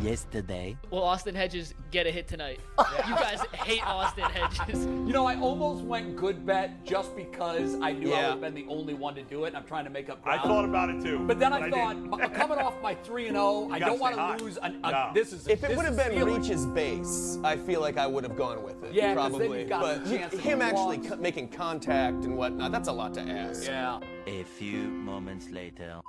yesterday. Will Austin Hedges get a hit tonight? You guys hate Austin Hedges. You know, I almost went good bet just because I knew I Yeah. would have been the only one to do it. and I'm trying to make up I ground. thought about it too. but then I thought, didn't. m- coming off my three and zero, I gotta don't want stay hot. to lose. An, a, No. This is If it this would have is been feeling. Reach's base, I feel like I would have gone with it. Yeah, 'cause then probably. you got but the chance of him the actually loss. co- making contact and whatnot—that's a lot to ask. Yeah. A few moments later.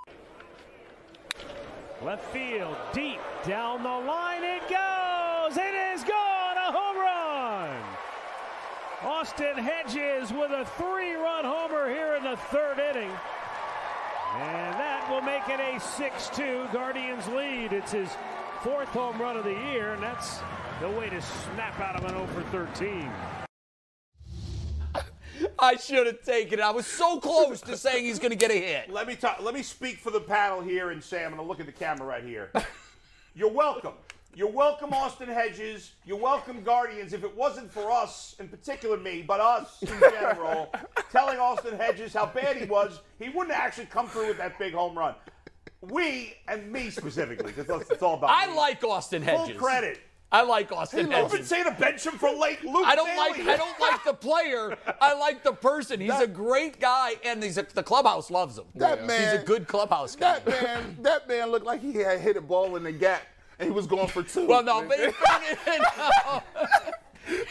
Left field, deep down the line, it goes! It is gone! A home run! Austin Hedges with a three run homer here in the third inning. And that will make it a 6 2 Guardians lead. It's his fourth home run of the year, and that's the way to snap out of an 0 for 13. I should have taken it. I was so close to saying he's going to get a hit. let me talk. Let me speak for the panel here and say I'm going to look at the camera right here. You're welcome. You're welcome, Austin Hedges. You're welcome, Guardians. If it wasn't for us, in particular me, but us in general, telling Austin Hedges how bad he was, he wouldn't have actually come through with that big home run. We and me specifically, because it's all about. I me. like Austin full Hedges. credit. I like Austin I've been Hedges. saying to bench him for late. Luke I don't Daly. like I don't like the player. I like the person. He's a great guy, and he's a, the clubhouse loves him. That he's man- a good clubhouse guy. That man, that man looked like he had hit a ball in the gap and he was going for two. Well, no, but in fairness, no.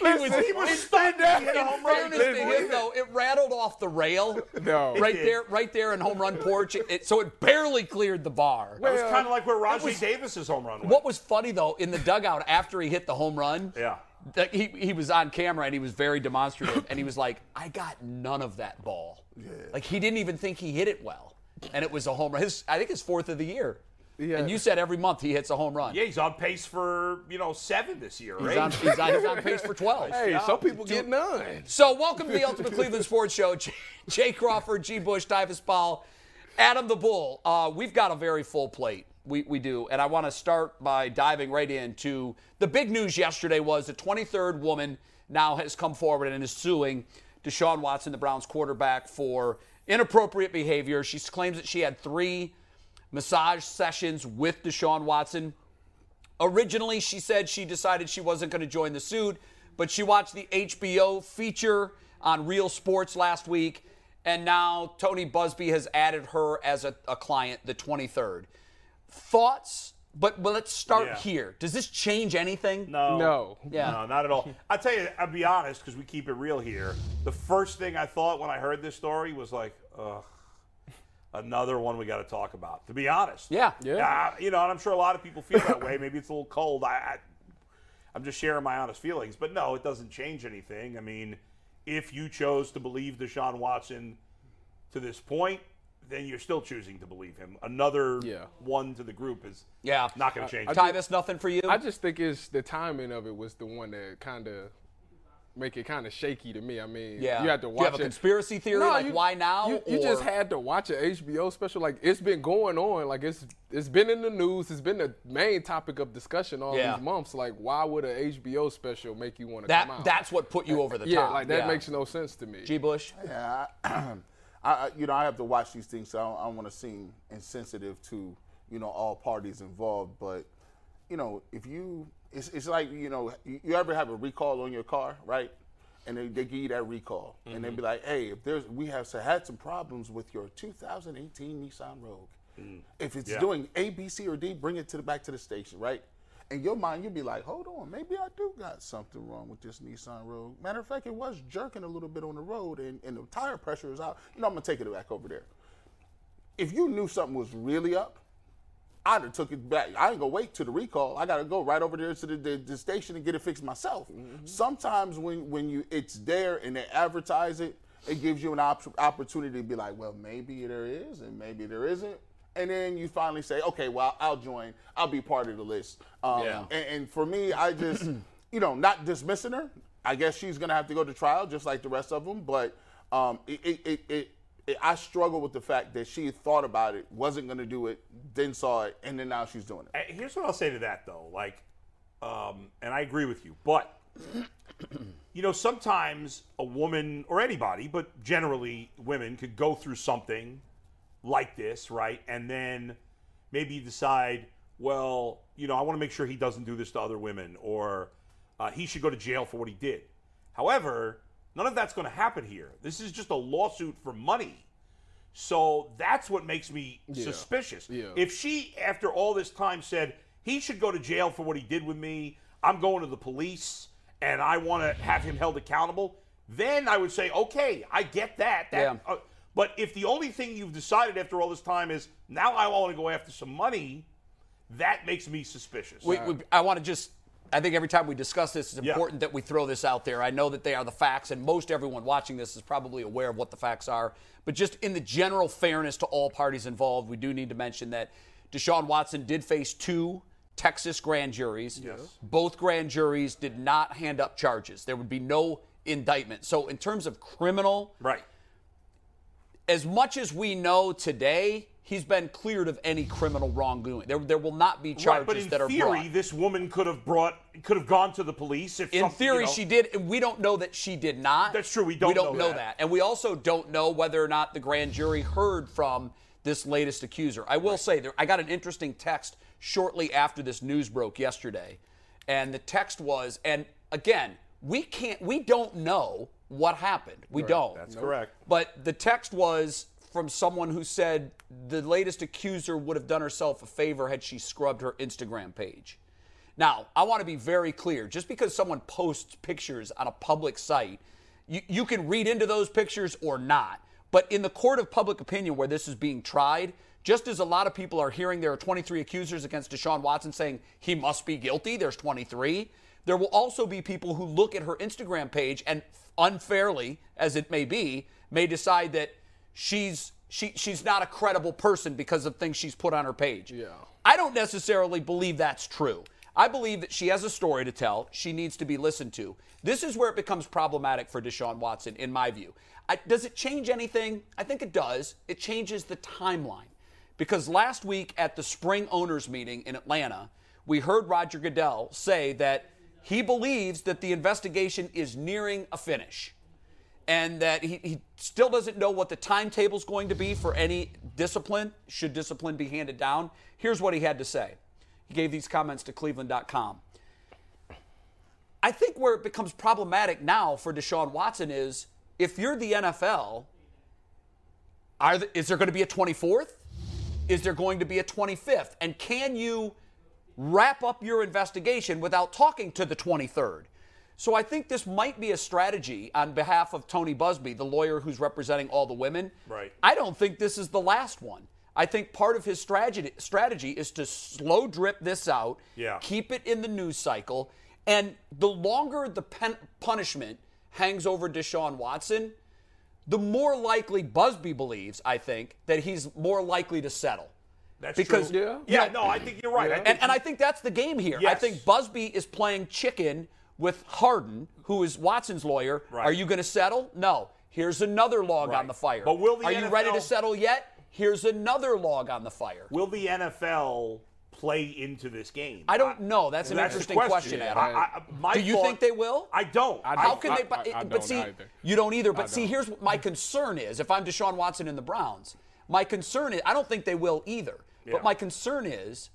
Listen, he was in stunned fairness- and hit a in home run. fairness to Didn't him, believe though, it rattled off the rail. No. right did. there, right there in home run porch. It, so it barely cleared the bar. That was kind of like where Rajay was- Davis's home run was. What was funny though in the dugout after he hit the home run? Yeah. that he he was on camera and he was very demonstrative and he was like, I got none of that ball. Like he didn't even think he hit it well, and it was a home run. His I think his fourth of the year. Yeah. And you said every month he hits a home run. Yeah, he's on pace for you know seven this year, He's right? on, he's on- he's on pace for 12. Hey, some people get none. So, welcome to the Ultimate Cleveland Sports Show. Jay, Jay Crawford, G. Bush, Divas Paul, Adam the Bull. Uh, we've got a very full plate. We, we do. And I want to start by diving right into the big news yesterday was the 23rd woman now has come forward and is suing Deshaun Watson, the Browns quarterback, for inappropriate behavior. She claims that she had three massage sessions with Deshaun Watson. Originally, she said she decided she wasn't going to join the suit, but she watched the HBO feature on Real Sports last week, and now Tony Busby has added her as a, a client the 23rd. Thoughts? But, but let's start Yeah. here. Does this change anything? No. No. Yeah. No, not at all. I'll tell you, I'll be honest, because we keep it real here. The first thing I thought when I heard this story was like, ugh, another one we got to talk about, to be honest. Yeah. Uh, you know, and I'm sure a lot of people feel that way. Maybe it's a little cold. I, I, I'm just sharing my honest feelings. But no, it doesn't change anything. I mean, if you chose to believe Deshaun Watson to this point, then you're still choosing to believe him. Another Yeah. one to the group is Yeah. not going to change. I- Tyvus, nothing for you? I just think it's the timing of it was the one that kind of make it kind of shaky to me. I mean, Yeah. you had Do to you watch have a it. conspiracy theory, like, why now, You, you just or- had to watch an HBO special. Like it's been going on. Like it's it's been in the news. It's been the main topic of discussion all Yeah. these months. Like why would an HBO special make you want to come that, out? that's what put you over the yeah, top. like that makes no sense to me. G. Bush? yeah, I, I, you know, I have to watch these things, so I don't, I don't want to seem insensitive to, you know, all parties involved. But, you know, if you, it's, it's like, you know, you, you ever have a recall on your car, right? And they, they give you that recall, and they'd be like, "Hey, if there's, we have s- had some problems with your 2018 Nissan Rogue. If it's Yeah. doing A, B, C, or D, bring it to the back to the station, right?" in your mind, you'd be like, hold on, maybe I do got something wrong with this Nissan Rogue. Matter of fact, it was jerking a little bit on the road and, and the tire pressure is out. You know, I'm going to take it back over there. If you knew something was really up, I'd have took it back. I ain't gonna wait to the recall. I gotta go right over there to the, the, the station and get it fixed myself. Sometimes when when you it's there and they advertise it, it gives you an op- opportunity to be like, well, maybe there is and maybe there isn't. And then you finally say, okay, well, I'll join. I'll be part of the list. Um, Yeah. and, and for me, I just, you know, not dismissing her. I guess she's gonna have to go to trial just like the rest of them. But um, it, it, it, it, it, I struggle with the fact that she thought about it, wasn't gonna do it, then saw it, and then now she's doing it. Uh, Here's what I'll say to that though, like, um, and I agree with you, but you know, sometimes a woman or anybody, but generally women, could go through something like this, right, and then maybe decide, well, you know, I want to make sure he doesn't do this to other women, or uh, he should go to jail for what he did. However, none of that's going to happen here. This is just a lawsuit for money. So that's what makes me suspicious. If she, after all this time, said he should go to jail for what he did with me, I'm going to the police, and I want to have him held accountable, then I would say, okay, I get that. that Yeah. uh, but if the only thing you've decided after all this time is now I want to go after some money, that makes me suspicious. We, we, I want to just. I think every time we discuss this, it's Yeah. important that we throw this out there. I know that they are the facts, and most everyone watching this is probably aware of what the facts are. But just in the general fairness to all parties involved, we do need to mention that Deshaun Watson did face two Texas grand juries. Yes. Both grand juries did not hand up charges. There would be no indictment. So, in terms of criminal, right. as much as we know today, he's been cleared of any criminal wrongdoing. There, there will not be charges Right, but in that are theory, brought. this woman could have brought, could have gone to the police. If In something, you theory, know- she did, and we don't know that she did not. That's true, we don't know know that. that. and we also don't know whether or not the grand jury heard from this latest accuser. I will say, there, I got an interesting text shortly after this news broke yesterday, and the text was, and again, we can't, we don't know what happened. We don't. That's correct. But the text was from someone who said the latest accuser would have done herself a favor had she scrubbed her Instagram page. Now, I want to be very clear. Just because someone posts pictures on a public site, you, you can read into those pictures or not. But in the court of public opinion where this is being tried, just as a lot of people are hearing there are 23 accusers against Deshaun Watson saying he must be guilty, there's 23. There will also be people who look at her Instagram page and unfairly, as it may be, may decide that she's she she's not a credible person because of things she's put on her page. Yeah. I don't necessarily believe that's true. I believe that she has a story to tell. She needs to be listened to. This is where it becomes problematic for Deshaun Watson, in my view. I, does it change anything? I think it does. It changes the timeline. Because last week at the spring owners meeting in Atlanta, we heard Roger Goodell say that he believes that the investigation is nearing a finish and that he, he still doesn't know what the timetable's going to be for any discipline, should discipline be handed down. Here's what he had to say. He gave these comments to Cleveland.com. I think where it becomes problematic now for Deshaun Watson is if you're the NFL, are the, is there going to be a 24th? Is there going to be a 25th? And can you wrap up your investigation without talking to the 23rd? So I think this might be a strategy on behalf of Tony Busby, the lawyer who's representing all the women. Right. I don't think this is the last one. I think part of his strategy strategy is to slow drip this out, Yeah. keep it in the news cycle, and the longer the pen- punishment hangs over Deshaun Watson, the more likely Busby believes, I think, that he's more likely to settle. That's Because- true. Yeah. yeah, no, I think you're right. I think And, and I think that's the game here. I Yes. think Busby is playing chicken with Harden, who is Watson's lawyer. Right. Are you going to settle? No. Here's another log Right. on the fire. But will the Are you ready to NFL settle yet? Here's another log on the fire. Will the NFL play into this game? I don't know. That's an That's the interesting question, Yeah, Adam. I- I- my Do you thought- think they will? I don't. How can they? I- But, I- I but don't see, either. you don't either. But see, here's what my concern is: if I'm Deshaun Watson in the Browns, my concern is I don't think they will either. Yeah. But my concern is,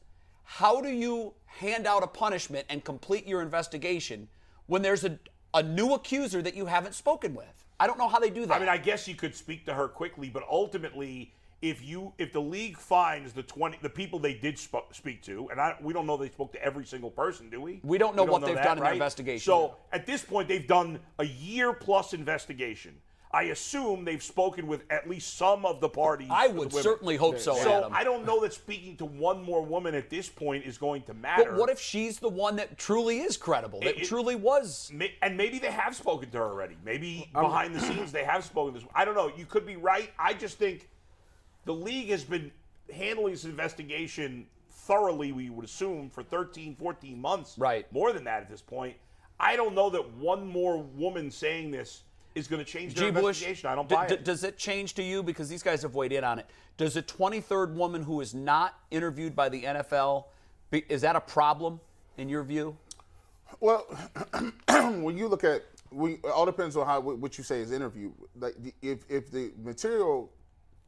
how do you hand out a punishment and complete your investigation when there's a a new accuser that you haven't spoken with? I don't know how they do that. I mean, I guess you could speak to her quickly, but ultimately, if you if the league finds the 20 the people they did sp- speak to and I, we don't know they spoke to every single person do we We don't know what they've done in their investigation. so at this point they've done a year plus investigation i assume they've spoken with at least some of the parties I for the would women. certainly hope so, so Adam. i don't know that speaking to one more woman at this point is going to matter But what if she's the one that truly is credible? That It- it- truly was. Ma- and maybe they have spoken to her already. Maybe behind the scenes they have spoken this. I don't know. You could be right. I just think the league has been handling this investigation thoroughly, we would assume, for 13, 14 months. Right. More than that at this point. I don't know that one more woman saying this is going to change their G. Bush, investigation. I don't d- buy d- it. does it change to you? Because these guys have weighed in on it. Does a 23rd woman who is not interviewed by the NFL, be, is that a problem in your view? Well, when you look at, we, it all depends on how what you say is interview. Like the- if if the material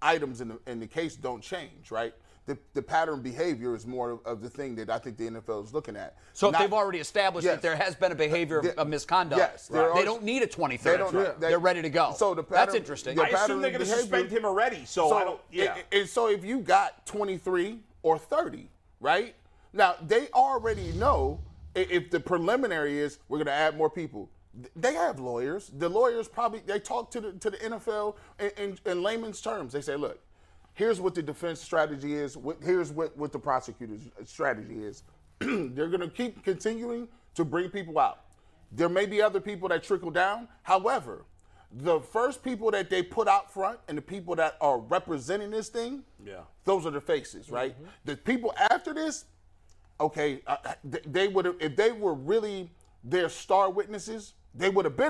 items in the in the case don't change, right? The, the pattern behavior is more of, of the thing that I think the NFL is looking at. So Not- if they've already established Yes. that there has been a behavior of, There- of misconduct, yes, there they are- don't need a 23rd. They They don't- yeah, they- are ready to go. so the That's pattern- interesting. yeah, I assume pattern they're going to behavior- suspend him already. So, I don't. Yeah. a- a- And so if you got 23 or 30, right? Now they already know i- if the preliminary is we're going to add more people. Th- They have lawyers. The lawyers probably they talk to the to the NFL in, in, in layman's terms. They say, look, here's what the defense strategy is. What, here's what what the prosecutor's strategy is. They're going to keep continuing to bring people out. There may be other people that trickle down. However, the first people that they put out front and the people that are representing this thing, yeah, those are the faces, right? Mm-hmm. The people after this, okay, uh, uh, th- they would have if they were really their star witnesses, they would have been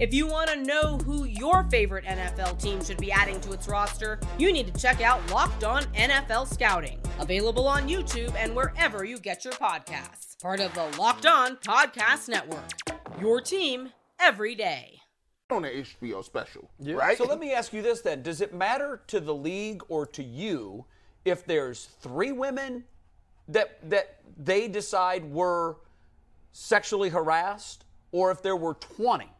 If you want to know who your favorite NFL team should be adding to its roster, you need to check out Locked On NFL Scouting, available on YouTube and wherever you get your podcasts. Part of the Locked On Podcast Network. Your team every day. on an HBO special, right? So let me ask you this then: Does it matter to the league or to you if there's three women that that they decide were sexually harassed, or if there were 20?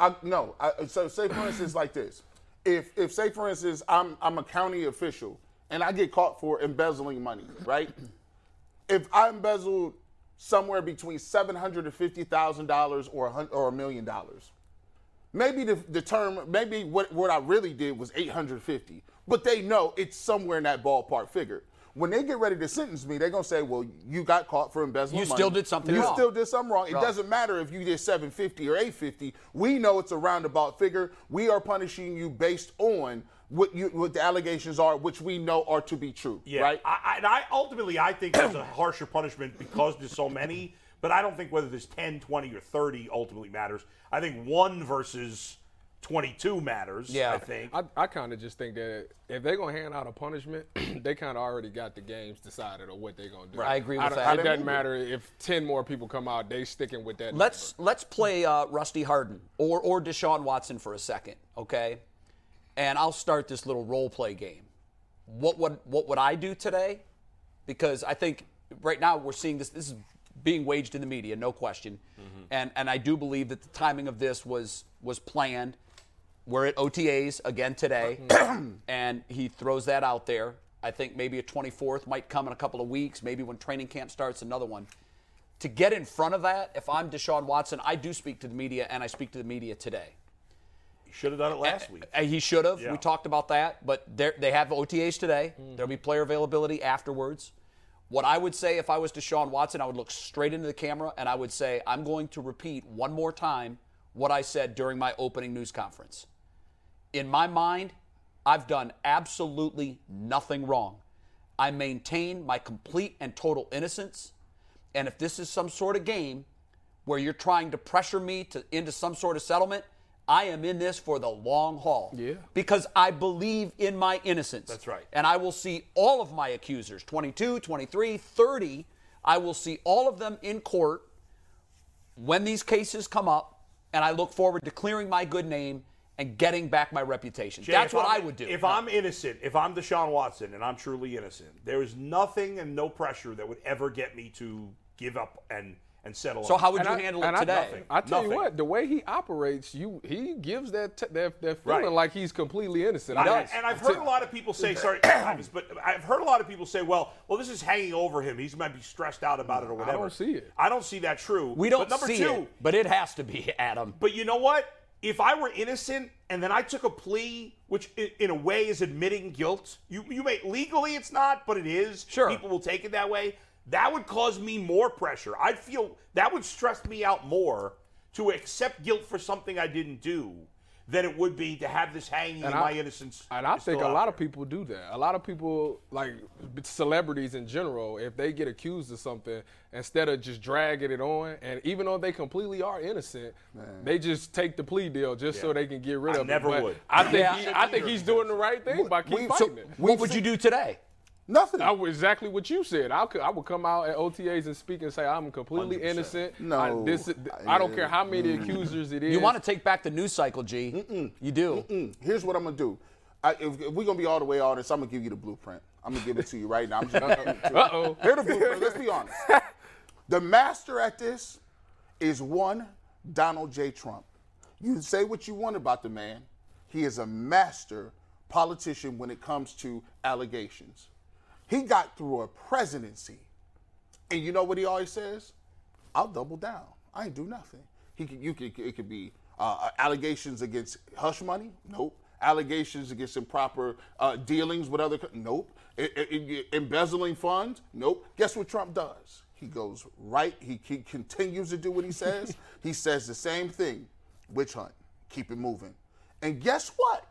I, no. I, so say for instance like this, if if say for instance I'm I'm a county official and I get caught for embezzling money, right? if I embezzled somewhere between seven hundred and fifty thousand dollars or a hun- or a million dollars, maybe the, the term maybe what what I really did was eight hundred fifty, but they know it's somewhere in that ballpark figure. When they get ready to sentence me, they're gonna say, "Well, you got caught for embezzling. You money. still did something You wrong." still did something wrong. It doesn't matter if you did 750 or 850. We know it's a roundabout figure. We are punishing you based on what you what the allegations are, which we know are to be true. Yeah. Right? I, I, and I ultimately I think that's a harsher punishment because there's so many, but I don't think whether there's 10, 20 or 30 ultimately matters. I think 1 versus 22 matters, Yeah. I think. I, I kind of just think that if they're gonna hand out a punishment, they kind of already got the games decided or what they're gonna do. I agree with don't- that. How It they doesn't move matter if ten more people come out; they sticking with that. Let's let's play uh, Rusty Harden or or Deshaun Watson for a second, okay? And I'll start this little role play game. What would what would I do today? Because I think right now we're seeing this. This is being waged in the media, no question. And and I do believe that the timing of this was was planned. We're at OTAs again today, and he throws that out there. I think maybe a 24th might come in a couple of weeks. Maybe when training camp starts, another one to get in front of that, if I'm Deshaun Watson, I do speak to the media and I speak to the media today. Should have done it last week. Uh, He should have. Yeah. We talked about that, but there- they have OTAs today. There'll be player availability afterwards. What I would say if I was Deshaun Watson, I would look straight into the camera and I would say, I'm going to repeat one more time what I said during my opening news conference. In my mind, I've done absolutely nothing wrong. I maintain my complete and total innocence. And if this is some sort of game where you're trying to pressure me to into some sort of settlement, I am in this for the long haul. Yeah. Because I believe in my innocence. That's right. And I will see all of my accusers, 22, 23, 30, I will see all of them in court when these cases come up, and I look forward to clearing my good name and getting back my reputation. Jay, That's if what i I'm- would do. If I'm innocent, if I'm Deshaun Watson and I'm truly innocent, there is nothing and no pressure that would ever get me to give up and and settle. So on. how would And you I- handle and it I- today? nothing. I tell you Nothing. what, the way he operates, you he gives that t- that, that Right. feeling like he's completely innocent. And, I, Yes. and I've heard a lot of people say, sorry, Travis, but I've heard a lot of people say, well, well, this is hanging over him. He's might be stressed out about it or whatever. don't see it. I don't see that true. we don't but number see two, it, but it has to be Adam. But you know what? If I were innocent and then I took a plea, which i- in a way is admitting guilt, you you may legally it's not, but it is. Sure. people will take it that way. That would cause me more pressure. I'd feel that would stress me out more to accept guilt for something I didn't do than it would be to have this hanging and, I- my innocence. And I is still think a out lot there. of people do that. A lot of people, like celebrities in general, if they get accused of something, instead of just dragging it on, and even though they completely are innocent, they just take the plea deal just so they can get rid I of never it. But would. I think Yeah. he- I think he's doing the right thing by keep we- so- fighting it. What would you do today? Nothing. I would exactly what you said. I could, I would come out at OTAs and speak and say I'm completely innocent. No. I, this, is- I don't care how many accusers it is. You want to take back the news cycle, G. You do. Mm, here's what I'm gonna do. I, if, if we're gonna be all the way honest, I'm gonna give you the blueprint. I'm gonna give it to you right now. I'm just gonna Uh oh. Here the blueprint. Let's be honest. The master at this is one Donald J. Trump. You can say what you want about the man. He is a master politician when it comes to allegations. He got through a presidency. And you know what he always says? I'll double down. I ain't do nothing. He could, you could, it could be uh, allegations against hush money. Nope. Allegations against improper uh, dealings with other. co- Nope. E- e- e- embezzling funds. Nope. Guess what Trump does? He goes right. He, he continues to do what he says. he says the same thing. Witch hunt. Keep it moving. And guess what?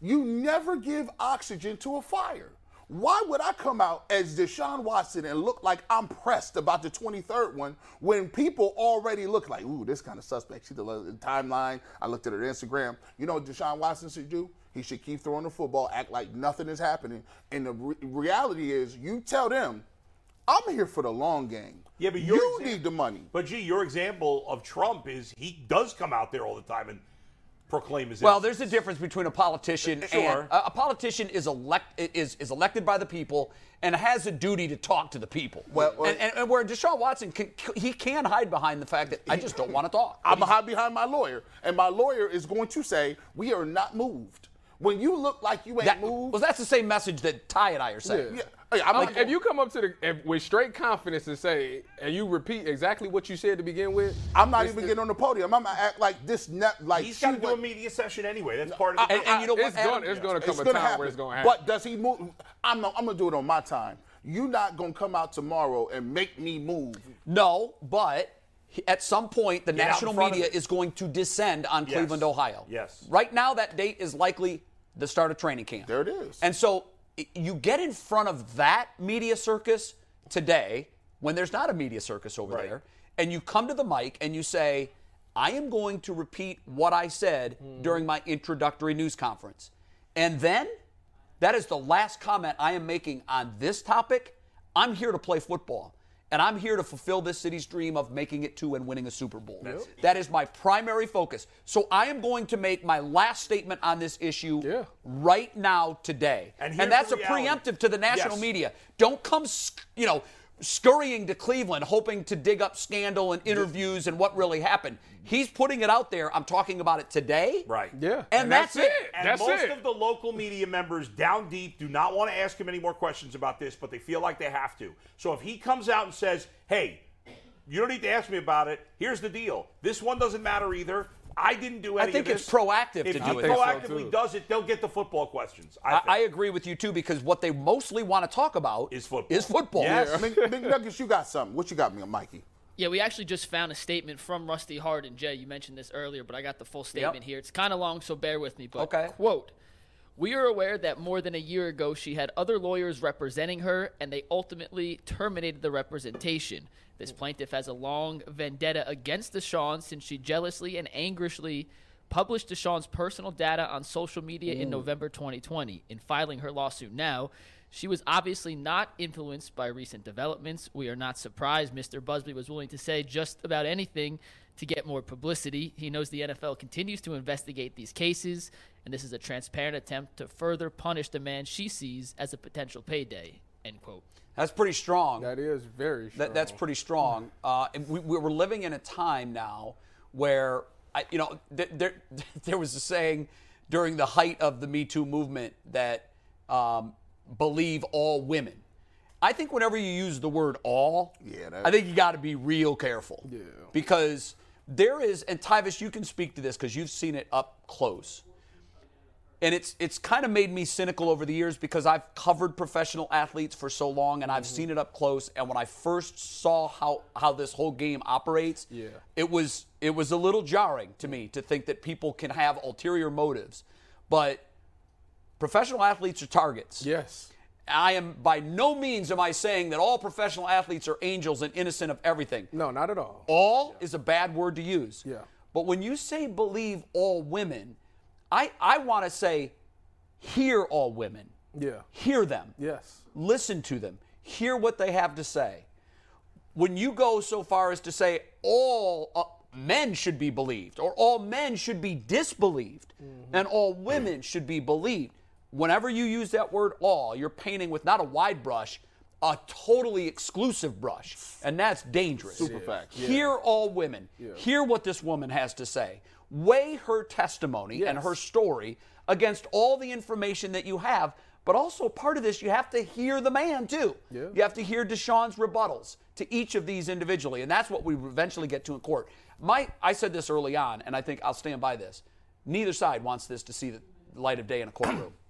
You never give oxygen to a fire. Why would I come out as Deshaun Watson and look like I'm pressed about the 23rd one when people already look like, ooh, this kind of suspect? She the le- timeline. I looked at her Instagram. You know what Deshaun Watson should do? He should keep throwing the football, act like nothing is happening. And the re- reality is, you tell them, I'm here for the long game. Yeah, but your you exam- need the money. But gee, your example of Trump is he does come out there all the time and proclaim his. Well, innocence. there's a difference between a politician and uh, Sure. a, a politician is elect is is elected by the people and has a duty to talk to the people. Well, well- and, and, and where Deshaun Watson can, he can hide behind the fact that I just don't want to talk. I'm hide behind my lawyer, and my lawyer is going to say we are not moved. When you look like you ain't That- moved, well, that's the same message that Ty and I are saying. yeah. Hey, I'm Like, like, if you come up to the if, with straight confidence and say, and you repeat exactly what you said to begin with, I'm not it's- even getting on the podium. I'm gonna act like this. Ne- like He's she got to do a went- media session anyway. That's part of the. Uh, And, and you know what? It's Adam? gonna, it's gonna come It's a gonna time happen. where it's gonna happen. But does he move? I'm, not, I'm gonna do it on my time. You're not gonna come out tomorrow and make me move. No, but he- at some point, the out in national front of media it. is going to descend on Yes. Cleveland, Ohio. Yes. Right now, that date is likely the start of training camp. There it is. And so i- you get in front of that media circus today when there's not a media circus over Right. there, and you come to the mic and you say, I am going to repeat what I said Hmm. during my introductory news conference. And then that is the last comment I am making on this topic. I'm here to play football, and I'm here to fulfill this city's dream of making it to and winning a Super Bowl. That is my primary focus. So I am going to make my last statement on this issue Yeah. right now, today. And And, here's that's the a reality. preemptive to the national Yes. media. Don't come, sc- you know, scurrying to Cleveland hoping to dig up scandal and interviews and what really happened. He's putting it out there. I'm talking about it today. Right. yeah, And that's it. And that's most it. of the local media members down deep do not want to ask him any more questions about this, but they feel like they have to. So if he comes out and says, "Hey, you don't need to ask me about it. Here's the deal. This one doesn't matter either. I didn't do I any think of it's this." proactive to If do he it. I think so, proactively too. does it, they'll get the football questions. I, I, think. I agree with you too because what they mostly want to talk about Is football. Is football. Yes. Mc- McNuggets, you got something. What you got, me, Mikey? Yeah, we actually just found a statement from Rusty Hardin. Jay, you mentioned this earlier, but I got the full statement here. It's kind of long, so bear with me. But Okay. quote, we are aware that more than a year ago she had other lawyers representing her, and they ultimately terminated the representation. This plaintiff has a long vendetta against Deshaun since she jealously and angrishly published Deshaun's personal data on social media in November 2020. In filing her lawsuit now, she was obviously not influenced by recent developments. We are not surprised Mr. Busby was willing to say just about anything to get more publicity. He knows the NFL continues to investigate these cases, and this is a transparent attempt to further punish the man she sees as a potential payday. End quote. That's pretty strong. That is very strong. That, that's pretty strong. Uh, and we, we- we're living in a time now where, I, you know, th- there, there was a saying during the height of the Me Too movement that um, believe all women. I think whenever you use the word all, yeah, I think you got to be real careful. Yeah. Because there is, and Tyvis, you can speak to this because you've seen it up close and it's it's kind of made me cynical over the years because I've covered professional athletes for so long and I've seen it up close and when I first saw how how this whole game operates Yeah. it was it was a little jarring to me to think that people can have ulterior motives but professional athletes are targets Yes. I am by no means am I saying that all professional athletes are angels and innocent of everything No, not at all. all is a bad word to use. Yeah. But when you say believe all women, I, I want to say hear all women. Yeah. Hear them. Yes. Listen to them. Hear what they have to say. When you go so far as to say all uh, men should be believed or all men should be disbelieved and all women should be believed, whenever you use that word all, you're painting with not a wide brush, a totally exclusive brush. And that's dangerous. Super Yeah. fact. Hear all women. Hear what this woman has to say. Weigh her testimony and her story against all the information that you have. But also, part of this, you have to hear the man too. You have to hear Deshaun's rebuttals to each of these individually, and that's what we eventually get to in court. My, I said this early on, and I think I'll stand by this. Neither side wants this to see the light of day in a courtroom.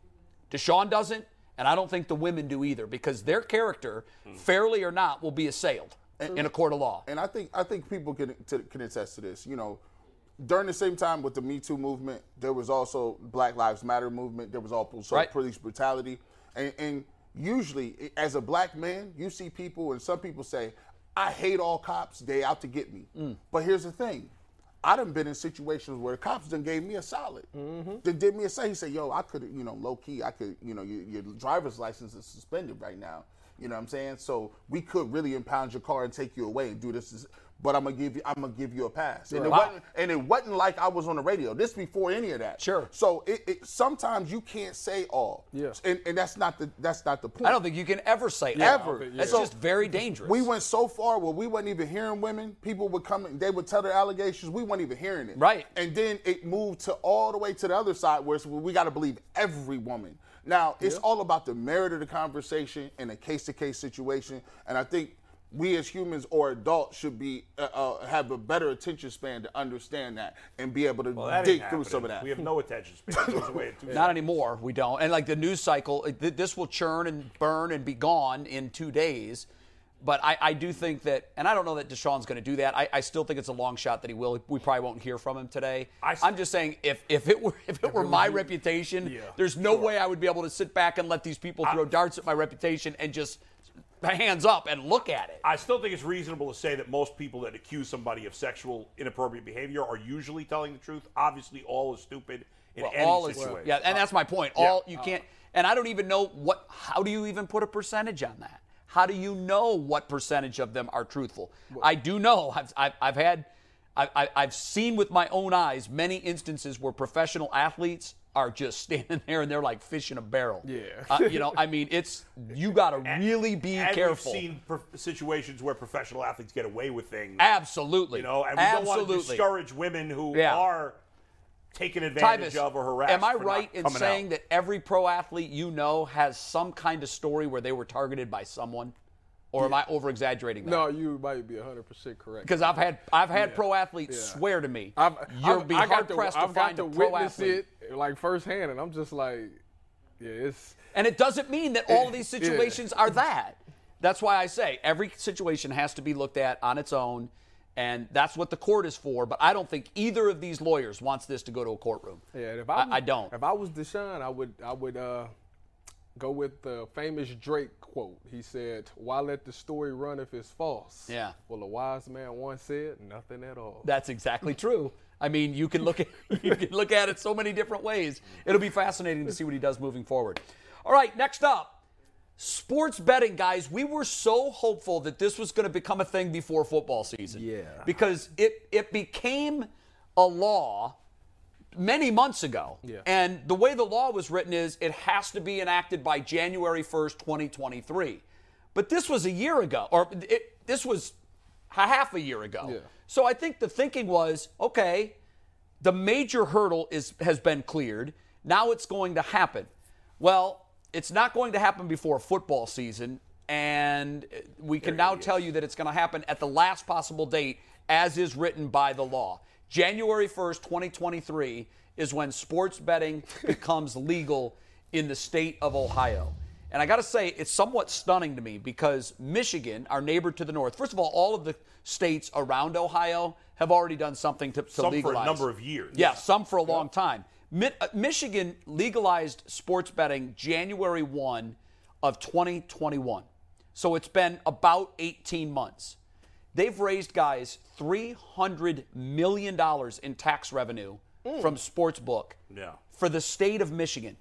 Deshaun doesn't, and I don't think the women do either, because their character, Hmm. fairly or not, will be assailed in a court of law. and I think I think people can to, can attest to this. You know, during the same time with the Me Too movement, there was also Black Lives Matter movement. There was also Right. police brutality, and, and usually i- as a black man, you see people, and some people say, "I hate all cops. They out to get me." Mm. But here's the thing. I done been in situations where the cops done gave me a solid. Mm-hmm. They did me a say. He said, "Yo, I could, you know, low key, I could, you know, your, your driver's license is suspended right now. You know what I'm saying? So we could really impound your car and take you away and do this. is- But I'm gonna give you, I'm gonna give you a pass. And, it Wow. wasn't, and it wasn't like I was on the radio. This before any of that. Sure. So it, it sometimes you can't say all. Yeah. And, and that's not the that's not the point. I don't think you can ever say Ever. ever. Yeah. That's So- just very dangerous. We went so far where we weren't even hearing women. People would come and they would tell their allegations. We weren't even hearing it. Right. And then it moved to all the way to the other side where it's, we got to believe every woman. Now, it's all about the merit of the conversation and a case to case situation. And I think we as humans or adults should be uh, uh, have a better attention span to understand that and be able to Well, that dig ain't through some happening. of that. We have no attention span. It goes away in two Not anymore. We don't. And like the news cycle, it- th- this will churn and burn and be gone in two days. But I, I do think that, and I don't know that Deshaun's going to do that. I, I still think it's a long shot that he will. We probably won't hear from him today. I- I'm just saying, if if it were if it were my reputation, Yeah, there's no way I would be able to sit back and let these people throw darts at my reputation and just hands up and look at it. I still think it's reasonable to say that most people that accuse somebody of sexual inappropriate behavior are usually telling the truth. Obviously, all is stupid in Well, any all is situation. yeah, and that's my point. Yeah. Uh-huh. All you can't, and I don't even know what. How do you even put a percentage on that? How do you know what percentage of them are truthful? I do know. I've I've, I've had, I, I, I've seen with my own eyes many instances where professional athletes are just standing there and they're like fish in a barrel. Yeah. you know, I mean, it's you got to really be and careful. We've seen pro- situations where professional athletes get away with things. Absolutely. You know, and we don't Absolutely. want to discourage women who Yeah. are taken advantage Tyvus, of or harassed. Am I for not right in coming saying out. that every pro athlete you know has some kind of story where they were targeted by someone, or am I over exaggerating that? No, you might be 100% correct. because I've had I've had Yeah, pro athletes yeah. swear to me I've, you'll I've, be I got hard pressed to I've got find a pro witness athlete, it like firsthand, and I'm just like, yeah, it's and it doesn't mean that all these situations are that. That's why I say every situation has to be looked at on its own. And that's what the court is for. But I don't think either of these lawyers wants this to go to a courtroom. yeah. and If I, I don't. If I was Deshaun, I would I would uh, go with the famous Drake quote. He said, "Why let the story run if it's false?" Yeah. Well, a wise man once said, "Nothing at all." That's exactly true. I mean, you can look at you can look at it so many different ways. It'll be fascinating to see what he does moving forward. All right, next up, sports betting guys. We were so hopeful that this was going to become a thing before football season. Yeah. Because it it became a law many months ago. Yeah. And the way the law was written is it has to be enacted by January 1st, 2023. But this was a year ago, or it, this was a half a year ago. Yeah. So I think the thinking was okay, the major hurdle is has been cleared. Now it's going to happen. Well, it's not going to happen before football season, and we can now tell you that it's going to happen at the last possible date, as is written by the law. January 1st, 2023 is when sports betting becomes legal in the state of Ohio. And I got to say, it's somewhat stunning to me because Michigan, our neighbor to the north, first of all, all of the states around Ohio have already done something to, to Some for a legalize. number of years. Yeah, some for a long time. Mi- uh, Michigan legalized sports betting January 1 of 2021. So it's been about 18 months. They've raised guys $300 million in tax revenue from sports book Yeah. for the state of Michigan.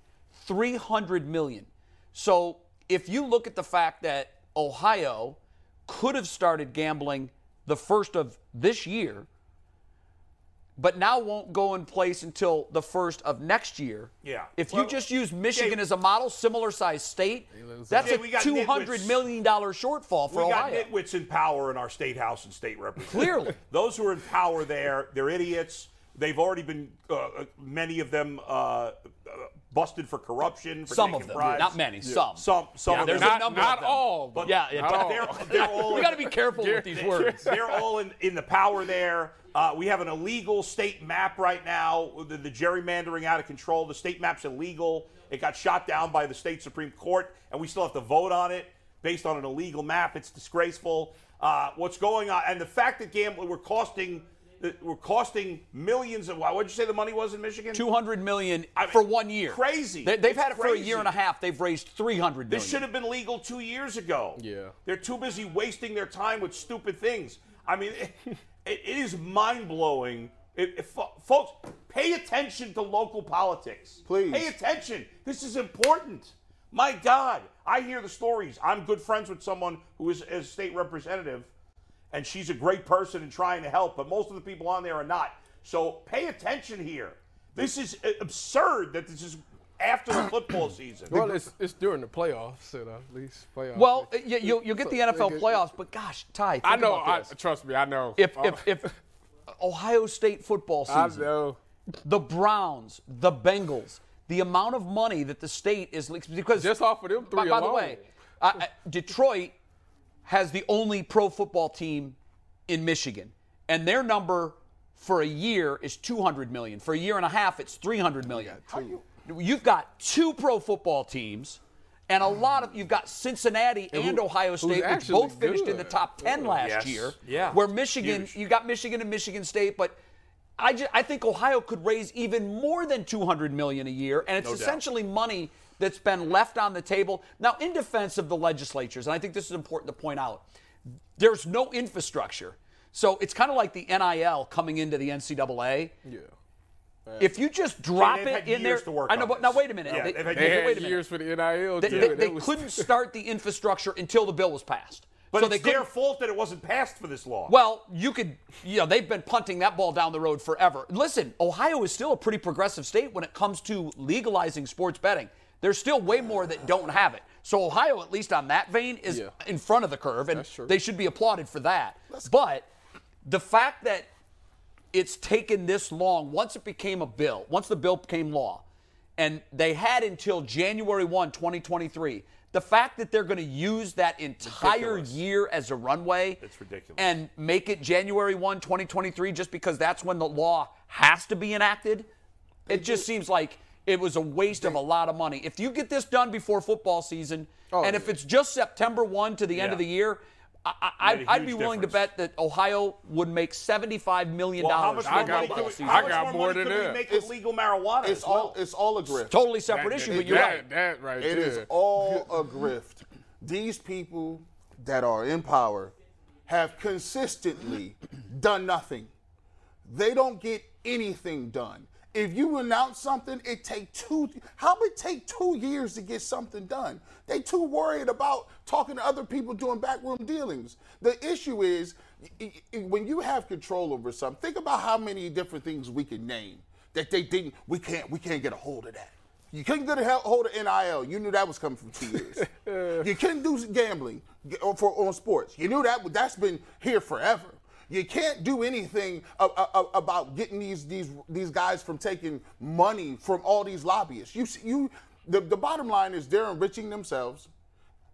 300 million. So if you look at the fact that Ohio could have started gambling the first of this year, but now won't go in place until the first of next year. Yeah. If Well, you just use Michigan Jay- as a model, similar sized state, that's Jay, a we got two hundred nitwits. million dollar shortfall for we Ohio. got nitwits in power in our state house and state representatives. Clearly. those who are in power there, they're idiots. They've already been uh, uh, many of them uh, uh, busted for corruption. For Some taking of them, bribes. not many, some. Some, some of there's them. a number of not them. all, But, but Yeah, yeah, but not all. they're, they're all we got to be careful with these words. They're all in, in the power there. Uh, we have an illegal state map right now. The, the gerrymandering out of control. The state map's illegal. It got shot down by the state Supreme Court, and we still have to vote on it based on an illegal map. It's disgraceful. Uh, what's going on? And the fact that gambling we're costing that we're costing millions of what would you say the money was in Michigan? Two hundred million I mean, for one year. crazy. They, have It's had it for a year crazy. and a half. They've raised three hundred million. This should have been legal two years ago. Yeah. They're too busy wasting their time with stupid things. I mean, it, it is mind blowing. It, it- fo- folks, pay attention to local politics. Please. Pay attention. This is important. My God, I hear the stories. I'm good friends with someone who is a state representative, and she's a great person and trying to help, but most of the people on there are not. So pay attention here. This is uh, absurd that this is after the football season. Well, it's, it's during the playoffs, you know, at least playoffs. Well, uh, you, you'll, you'll get the NFL playoffs, but gosh, Ty, think I know. about I, this. trust me, I know. Uh, if if if Ohio State football I season, know. the Browns, the Bengals, the amount of money that the state is because Just off of them by, three by the alone. way, I, I, Detroit has the only pro football team in Michigan, and their number for a year is 200 million. For a year and a half, it's 300 million. You've got two pro football teams. And a lot of you've got Cincinnati and, Ohio State, which actually both finished in the good. top ten last Yes. year. Yeah. Where Michigan, you got Michigan and Michigan State, but I, ju- I think Ohio could raise even more than 200 million a year, and it's essentially money that's been left on the table. Now, in defense of the legislatures, and I think this is important to point out, there's no infrastructure, so it's kind of like the NIL coming into the NCAA. Yeah. If you just drop they've it had in there, years to work I know, on but now this. wait a minute. Yeah, They- they've had They Yeah, had wait a minute. years for the NIL They, too. they- and they it was- couldn't start the infrastructure until the bill was passed. But so it's they their couldn't fault that it wasn't passed for this law. Well, you could, you know, they've been punting that ball down the road forever. Listen, Ohio is still a pretty progressive state when it comes to legalizing sports betting. There's still way more that don't have it. So Ohio, at least on that vein, is Yeah. in front of the curve, and That's true. they should be applauded for that. but the fact that it's taken this long, once it became a bill, once the bill became law, and they had until January 1, 2023. The fact that they're going to use that entire year as a runway It's ridiculous. and make it January 1, 2023 just because that's when the law has to be enacted, it just seems like it was a waste of a lot of money. If you get this done before football season, and if it's just September 1 to the end of the Oh, Yeah. year, I, I, Made I'd, a I'd be huge willing to difference. bet that Ohio would make $75 million. Well, how much more I got money one. could we, I how much got more, more money than could we that. make with legal marijuana? It's as well? all it's all a grift. totally separate That- issue, but you're that, right. That right It there. is all a grift. These people that are in power have consistently done nothing. They don't get anything done. If you announce something, it take two. How would it take two years to get something done? They too worried about talking to other people doing backroom dealings. The issue is y- y- when you have control over something. Think about how many different things we could name that they didn't. We can't. We can't get a hold of that. You couldn't get a hel- hold of NIL. You knew that was coming from two years. you couldn't do gambling g- on- for on sports. You knew that that's been here forever. You can't do anything a- a- a- about getting these these these guys from taking money from all these lobbyists. You s- you the, the bottom line is they're enriching themselves.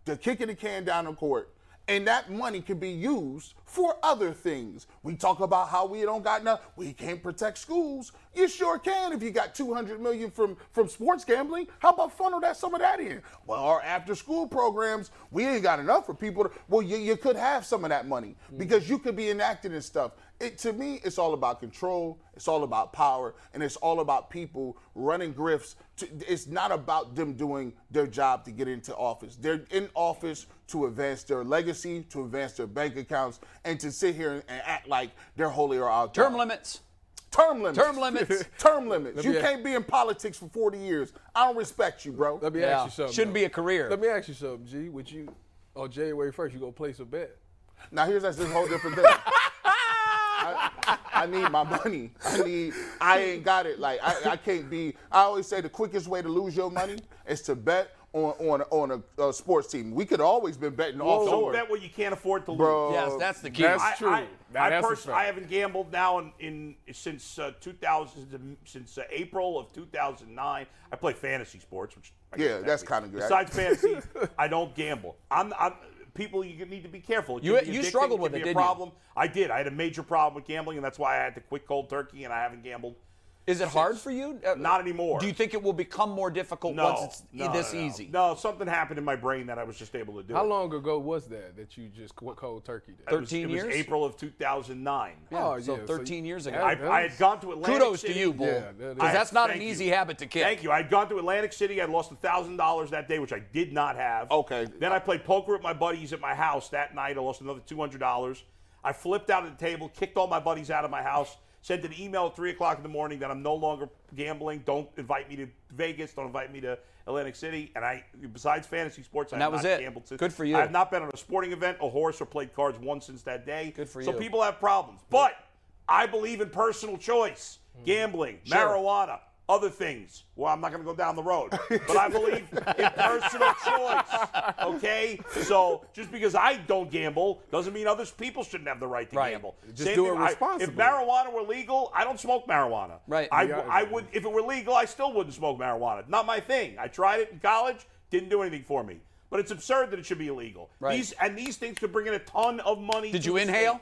They're kicking the can down the court. And that money can be used for other things. We talk about how we don't got enough. We can't protect schools. You sure can if you got 200 million from from sports gambling. How about funnel that some of that in? Well, our after school programs, we ain't got enough for people. To, well, you, you could have some of that money because you could be enacted and stuff. It to me, it's all about control. It's all about power, and it's all about people running grifts. To, it's not about them doing their job to get into office. They're in office to advance their legacy, to advance their bank accounts, and to sit here and, and act like they're holier or out. Term limits. Term limits. Term limits. Term limits. You me a- can't be in politics for 40 years. I don't respect you, bro. Let me Yeah. ask you something. Shouldn't be a career. Let me ask you something, G. Would you on January first you gonna place a bet? Now here's that's this whole different thing. I, I need my money. I need. I ain't got it. Like I, I can't be. I always say the quickest way to lose your money is to bet on on on a, a sports team. We could have always been betting Don't offshore, bet what you can't afford to lose. bro. Yes, that's the key. That's I, true. I, Now, I, that's a pers- fact. I haven't gambled now in, in since uh, 2000 since uh, April of 2009. I play fantasy sports, which I guess Yeah, that's technically- kinda good. Besides fantasy, I don't gamble. I'm, I'm people. You need to be careful. It You- can be you addicting, struggled with can it, be a didn't you? problem. I did. I had a major problem with gambling, and that's why I had to quit cold turkey, and I haven't gambled. Is it hard for you? Uh, Not anymore. Do you think it will become more difficult No, once it's no, this no, no. easy? No, something happened in my brain that I was just able to do. How it. long ago was that that you just qu- cold turkey did? It was- 13 it was years? April of 2009. Yeah, Oh, so yeah, so 13 you- years ago. I, Yeah. I had gone to Atlantic Kudos City. to you, Bull. Yeah, that Because is- that's not an Thank easy you. habit to kick. Thank you. I'd gone to Atlantic City. I'd lost thousand dollars that day, which I did not have. Okay. Then I played poker with my buddies at my house that night. I lost another two hundred dollars. I flipped out of the table, kicked all my buddies out of my house, sent an email at three o'clock in the morning that I'm no longer gambling. Don't invite me to Vegas. Don't invite me to Atlantic City. And I, besides fantasy sports, And I have that was not it. gambled. since. Good for you. I have not been on a sporting event, a horse, or played cards once since that day. Good for so you. So people have problems, but I believe in personal choice, Hmm. gambling, marijuana, other things. Well, I'm not going to go down the road, but I believe in personal choice. Okay, so just because I don't gamble doesn't mean other people shouldn't have the right to Right. gamble. Just do it I- if responsibly. marijuana were legal, I don't smoke marijuana. Right. I, Yeah. I would if it were legal, I still wouldn't smoke marijuana. Not my thing. I tried it in college, didn't do anything for me. But it's absurd that it should be illegal. Right. These and these things could bring in a ton of money. Did to you the state. inhale?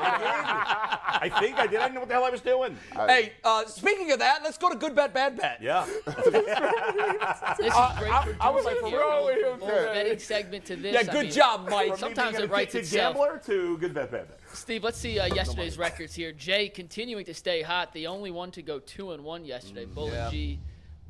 I think I did. I didn't know what the hell I was doing. Hey, uh, speaking of that, let's go to good bet, bad bet. Yeah. This is great for I was Jones like, here. wrong with him, More man. betting segment to this. Yeah, I good mean, job, Mike. From Sometimes it writes to itself. Gambler to good bet bad bet. Steve, let's see uh, yesterday's records here. Jay continuing to stay hot. The only one to go two and one yesterday. Bull and G,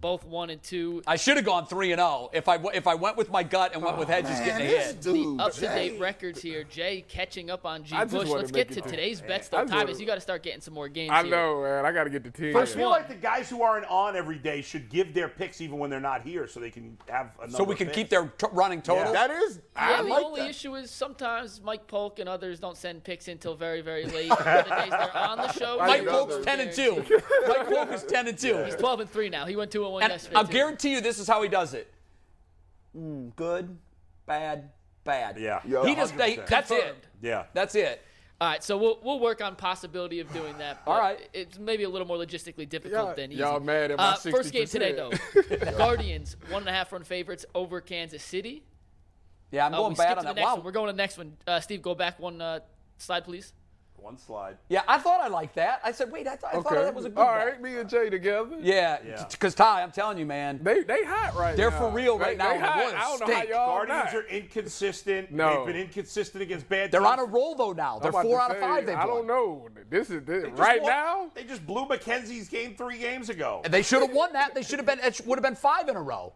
both one and two. I should have gone three and zero if I w- if I went with my gut and went with Hedges Man, getting a this hit. dude. Up to Jay. date records here. Jay catching up on G. I just Bush. wanna Let's get make to it- today's bets, I though. just wanna- Thomas, you got to start getting some more games. I here. know, man. I gotta get the team. I First feel one. like the guys who aren't on every day should give their picks even when they're not here, so they can have another. So we can pick. keep their t- running total. That is. Yeah, I the like only that. issue is sometimes Mike Polk and others don't send picks until very, very late. the days they're on the show. Mike they're Polk's over ten and there. two. Mike Polk is ten and two. He's 12 and 3 now. He went 2 and 1 And yesterday. I'll too. guarantee you, this is how he does it. Mm, good, bad, bad. Yeah. Yeah, He just he, 100%. that's it. Confirmed. Yeah. That's it. All right, so we'll, we'll work on possibility of doing that. but All right. It's maybe a little more logistically difficult Y'all- than easy. y'all mad at my uh, First game today, though. 60%. Guardians, one and a half run favorites over Kansas City. Yeah, I'm Uh, going we bad skipped on to the that. next Wow. one. We're going to the next one. Uh, Steve, go back one uh, slide, please. One slide. Yeah, I thought I liked that. I said, wait, I, thought I thought that was a good. All bet. right, me and Jay together. Yeah, Yeah. because Ty, I'm telling you, man. They they hot right They're now. for real right They- now. They hot. What a I don't stink. know how y'all Guardians not. are inconsistent. No. They've been inconsistent against bad. They're teams. on a roll though now. I'm They're about four to out of say, five. They've I won. don't know. This is this, They just right won- now. They just blew Mackenzie's game three games ago. They should have won that. They should have been. It would have been five in a row.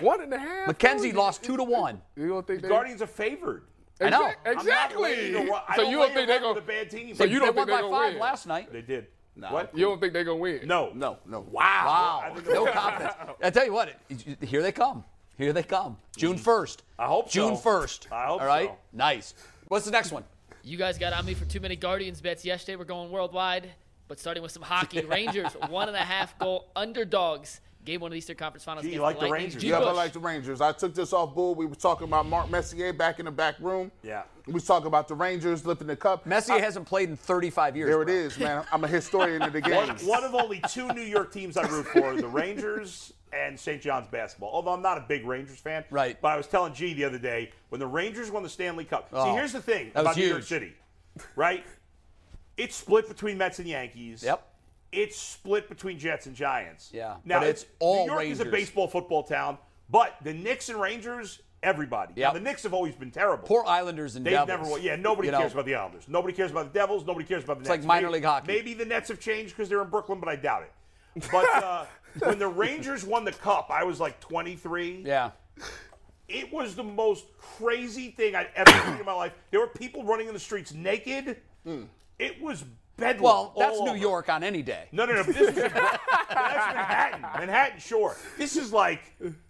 One and a half. Mackenzie dude. lost two to one. You don't think they, Guardians are favored. I know. Exactly. I'm not laying the- I so don't you lay don't a think they're record gonna? with a bad team. So you They don't won think by they're gonna five win? last night. They did. Nah, You don't think they're gonna win? No. No, no. Wow. No confidence. I tell you what, it- here they come. Here they come. June 1st. Mm. I hope June so. 1st. I hope All right? so. Nice. What's the next one? You guys got on me for too many Guardians bets yesterday. We're going worldwide, but starting with some hockey. Rangers, one and a half goal underdogs. Game one of the Eastern Conference Finals. Gee, you against like the Lightning. Rangers. G. Yeah, Bush. but like the Rangers, I took this off Bull. We were talking about Mark Messier back in the back room. Yeah. We was talking about the Rangers lifting the cup. Messier hasn't played in 35 years. Uh, There it bro. is, man. I'm a historian of the game. One, one of only two New York teams I root for, the Rangers and St. John's basketball. Although I'm not a big Rangers fan. Right. But I was telling G the other day when the Rangers won the Stanley Cup. See, Oh, here's the thing that was about New York huge. City, right? It's split between Mets and Yankees. Yep. It's split between Jets and Giants. Yeah, Now but it's it's all New York is a Rangers. baseball football town, but the Knicks and Rangers, everybody. Yeah. Yep. the Knicks have always been terrible. Poor Islanders and They've Devils. never won. Yeah, nobody You know, cares about the Islanders. Nobody cares about the Devils. Nobody cares about the It's like Nets. minor Maybe- league hockey. Maybe the Nets have changed because they're in Brooklyn, but I doubt it. But uh, when the Rangers won the cup, I was like 23. Yeah. It was the most crazy thing I'd ever seen in my life. There were people running in the streets naked. It was bedlam. Well, that's all New over. York on any day. No, no, no. This is, that's Manhattan. Manhattan, sure. This is like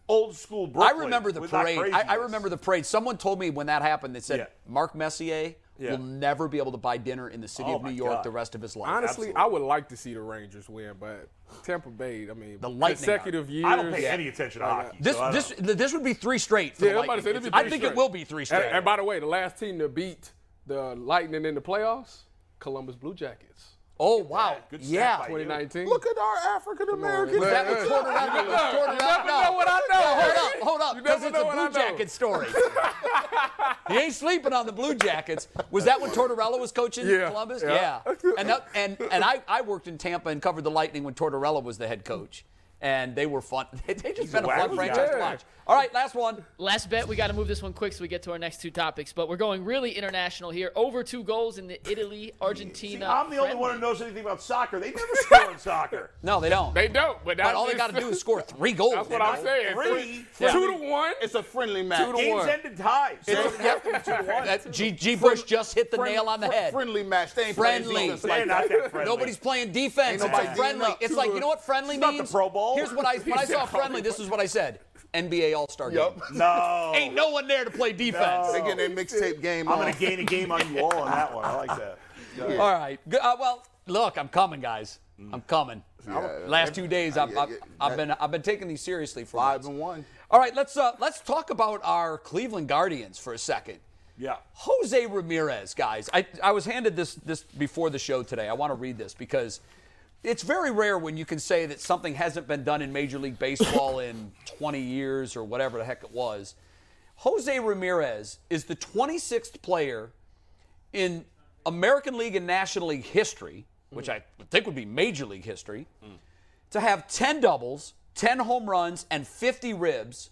old school I Brooklyn. remember the with that parade. I, I craziness. remember the parade. Someone told me when that happened, they said Yeah. Mark Messier Yeah. will never be able to buy dinner in the city Oh of New my York God. the rest of his life. Honestly, Absolutely. I would like to see the Rangers win, but Tampa Bay, I mean, The Lightning consecutive years. I don't pay any attention to hockey. This so I don't this th- this would be three straight. For Yeah, the I'm about to say, Lightning. it'd be I three think it straight. will be three And- straight. And, by the way, the last team to beat the Lightning in the playoffs, Columbus Blue Jackets, oh wow, Good stat yeah. by you. 2019. Look at our African American. man. That was Yeah. quartered out. It was You quartered never out. No. know what I know, Hold Harry. up, hold up, You because never it's a know what I Blue know. Jacket story. he ain't sleeping on the Blue Jackets. Was that when Tortorella was coaching Yeah, Columbus? yeah. And that, and and I, I worked in Tampa and covered the Lightning when Tortorella was the head coach, and they were fun. They just been a wacky fun guy. franchise to Yeah. watch. All right, last one. Last bet. We got to move this one quick so we get to our next two topics. But we're going really international here. Over two goals in the Italy Argentina. See, I'm the only friendly. one who knows anything about soccer. They never score in soccer. No, they don't. They don't, but, that's but all they got to do is score three goals. That's what I'm saying. Three. Three- Two to one. It's a friendly match. Two to Games one. ended ties. So it doesn't have to be two to one. That G, G. Bush just hit the Friend- nail on the fr- head. Friendly match. They ain't Friendly. Playing defense They're like not that. that friendly. Nobody's playing defense. Ain't It's a nobody friendly. beating up It's like you know what friendly It's not the means. Pro Bowl. Here's what I when I saw friendly. This is what I said. NBA All Star Yup. game. No. Ain't no one there to play defense. They getting their mixtape game I'm on. going to gain a game on you all on that one. I like that. All right. Go- Uh, well, look, I'm coming, guys. I'm coming. Mm. Yeah. Last two days, I've, Yeah, I've, yeah. I've been I've been taking these seriously for Five once. and one. All right, let's uh, let's talk about our Cleveland Guardians for a second. Yeah. Jose Ramirez, guys. I, I was handed this this before the show today. I want to read this because it's very rare when you can say that something hasn't been done in Major League Baseball in 20 years or whatever the heck it was. Jose Ramirez is the 26th player in American League and National League history, which I would think would be Major League history, to have 10 doubles, 10 home runs, and 50 ribs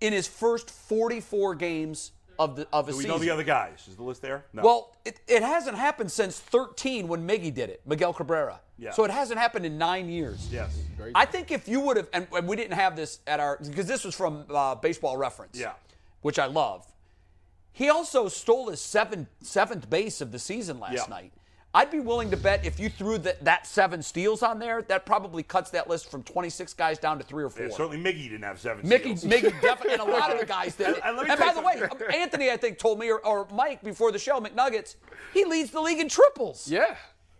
in his first 44 games of the of a Do we season. know the other guys? Is the list there? No. Well, it, it hasn't happened since 13 when Miggy did it, Miguel Cabrera. Yeah. So it hasn't happened in nine years. yes. I think if you would have, and, and we didn't have this at our, because this was from uh, Baseball Reference, Yeah. which I love. He also stole his seventh, seventh base of the season last Yeah. night. I'd be willing to bet if you threw that that seven steals on there, that probably cuts that list from 26 guys down to three or four. Yeah, certainly Miggy didn't have seven Mickey, steals. Mickey, definitely, and a lot of the guys did. And And, let me by tell the you way, Anthony, I think told me or, or Mike before the show, McNuggets, he leads the league in triples. Yeah.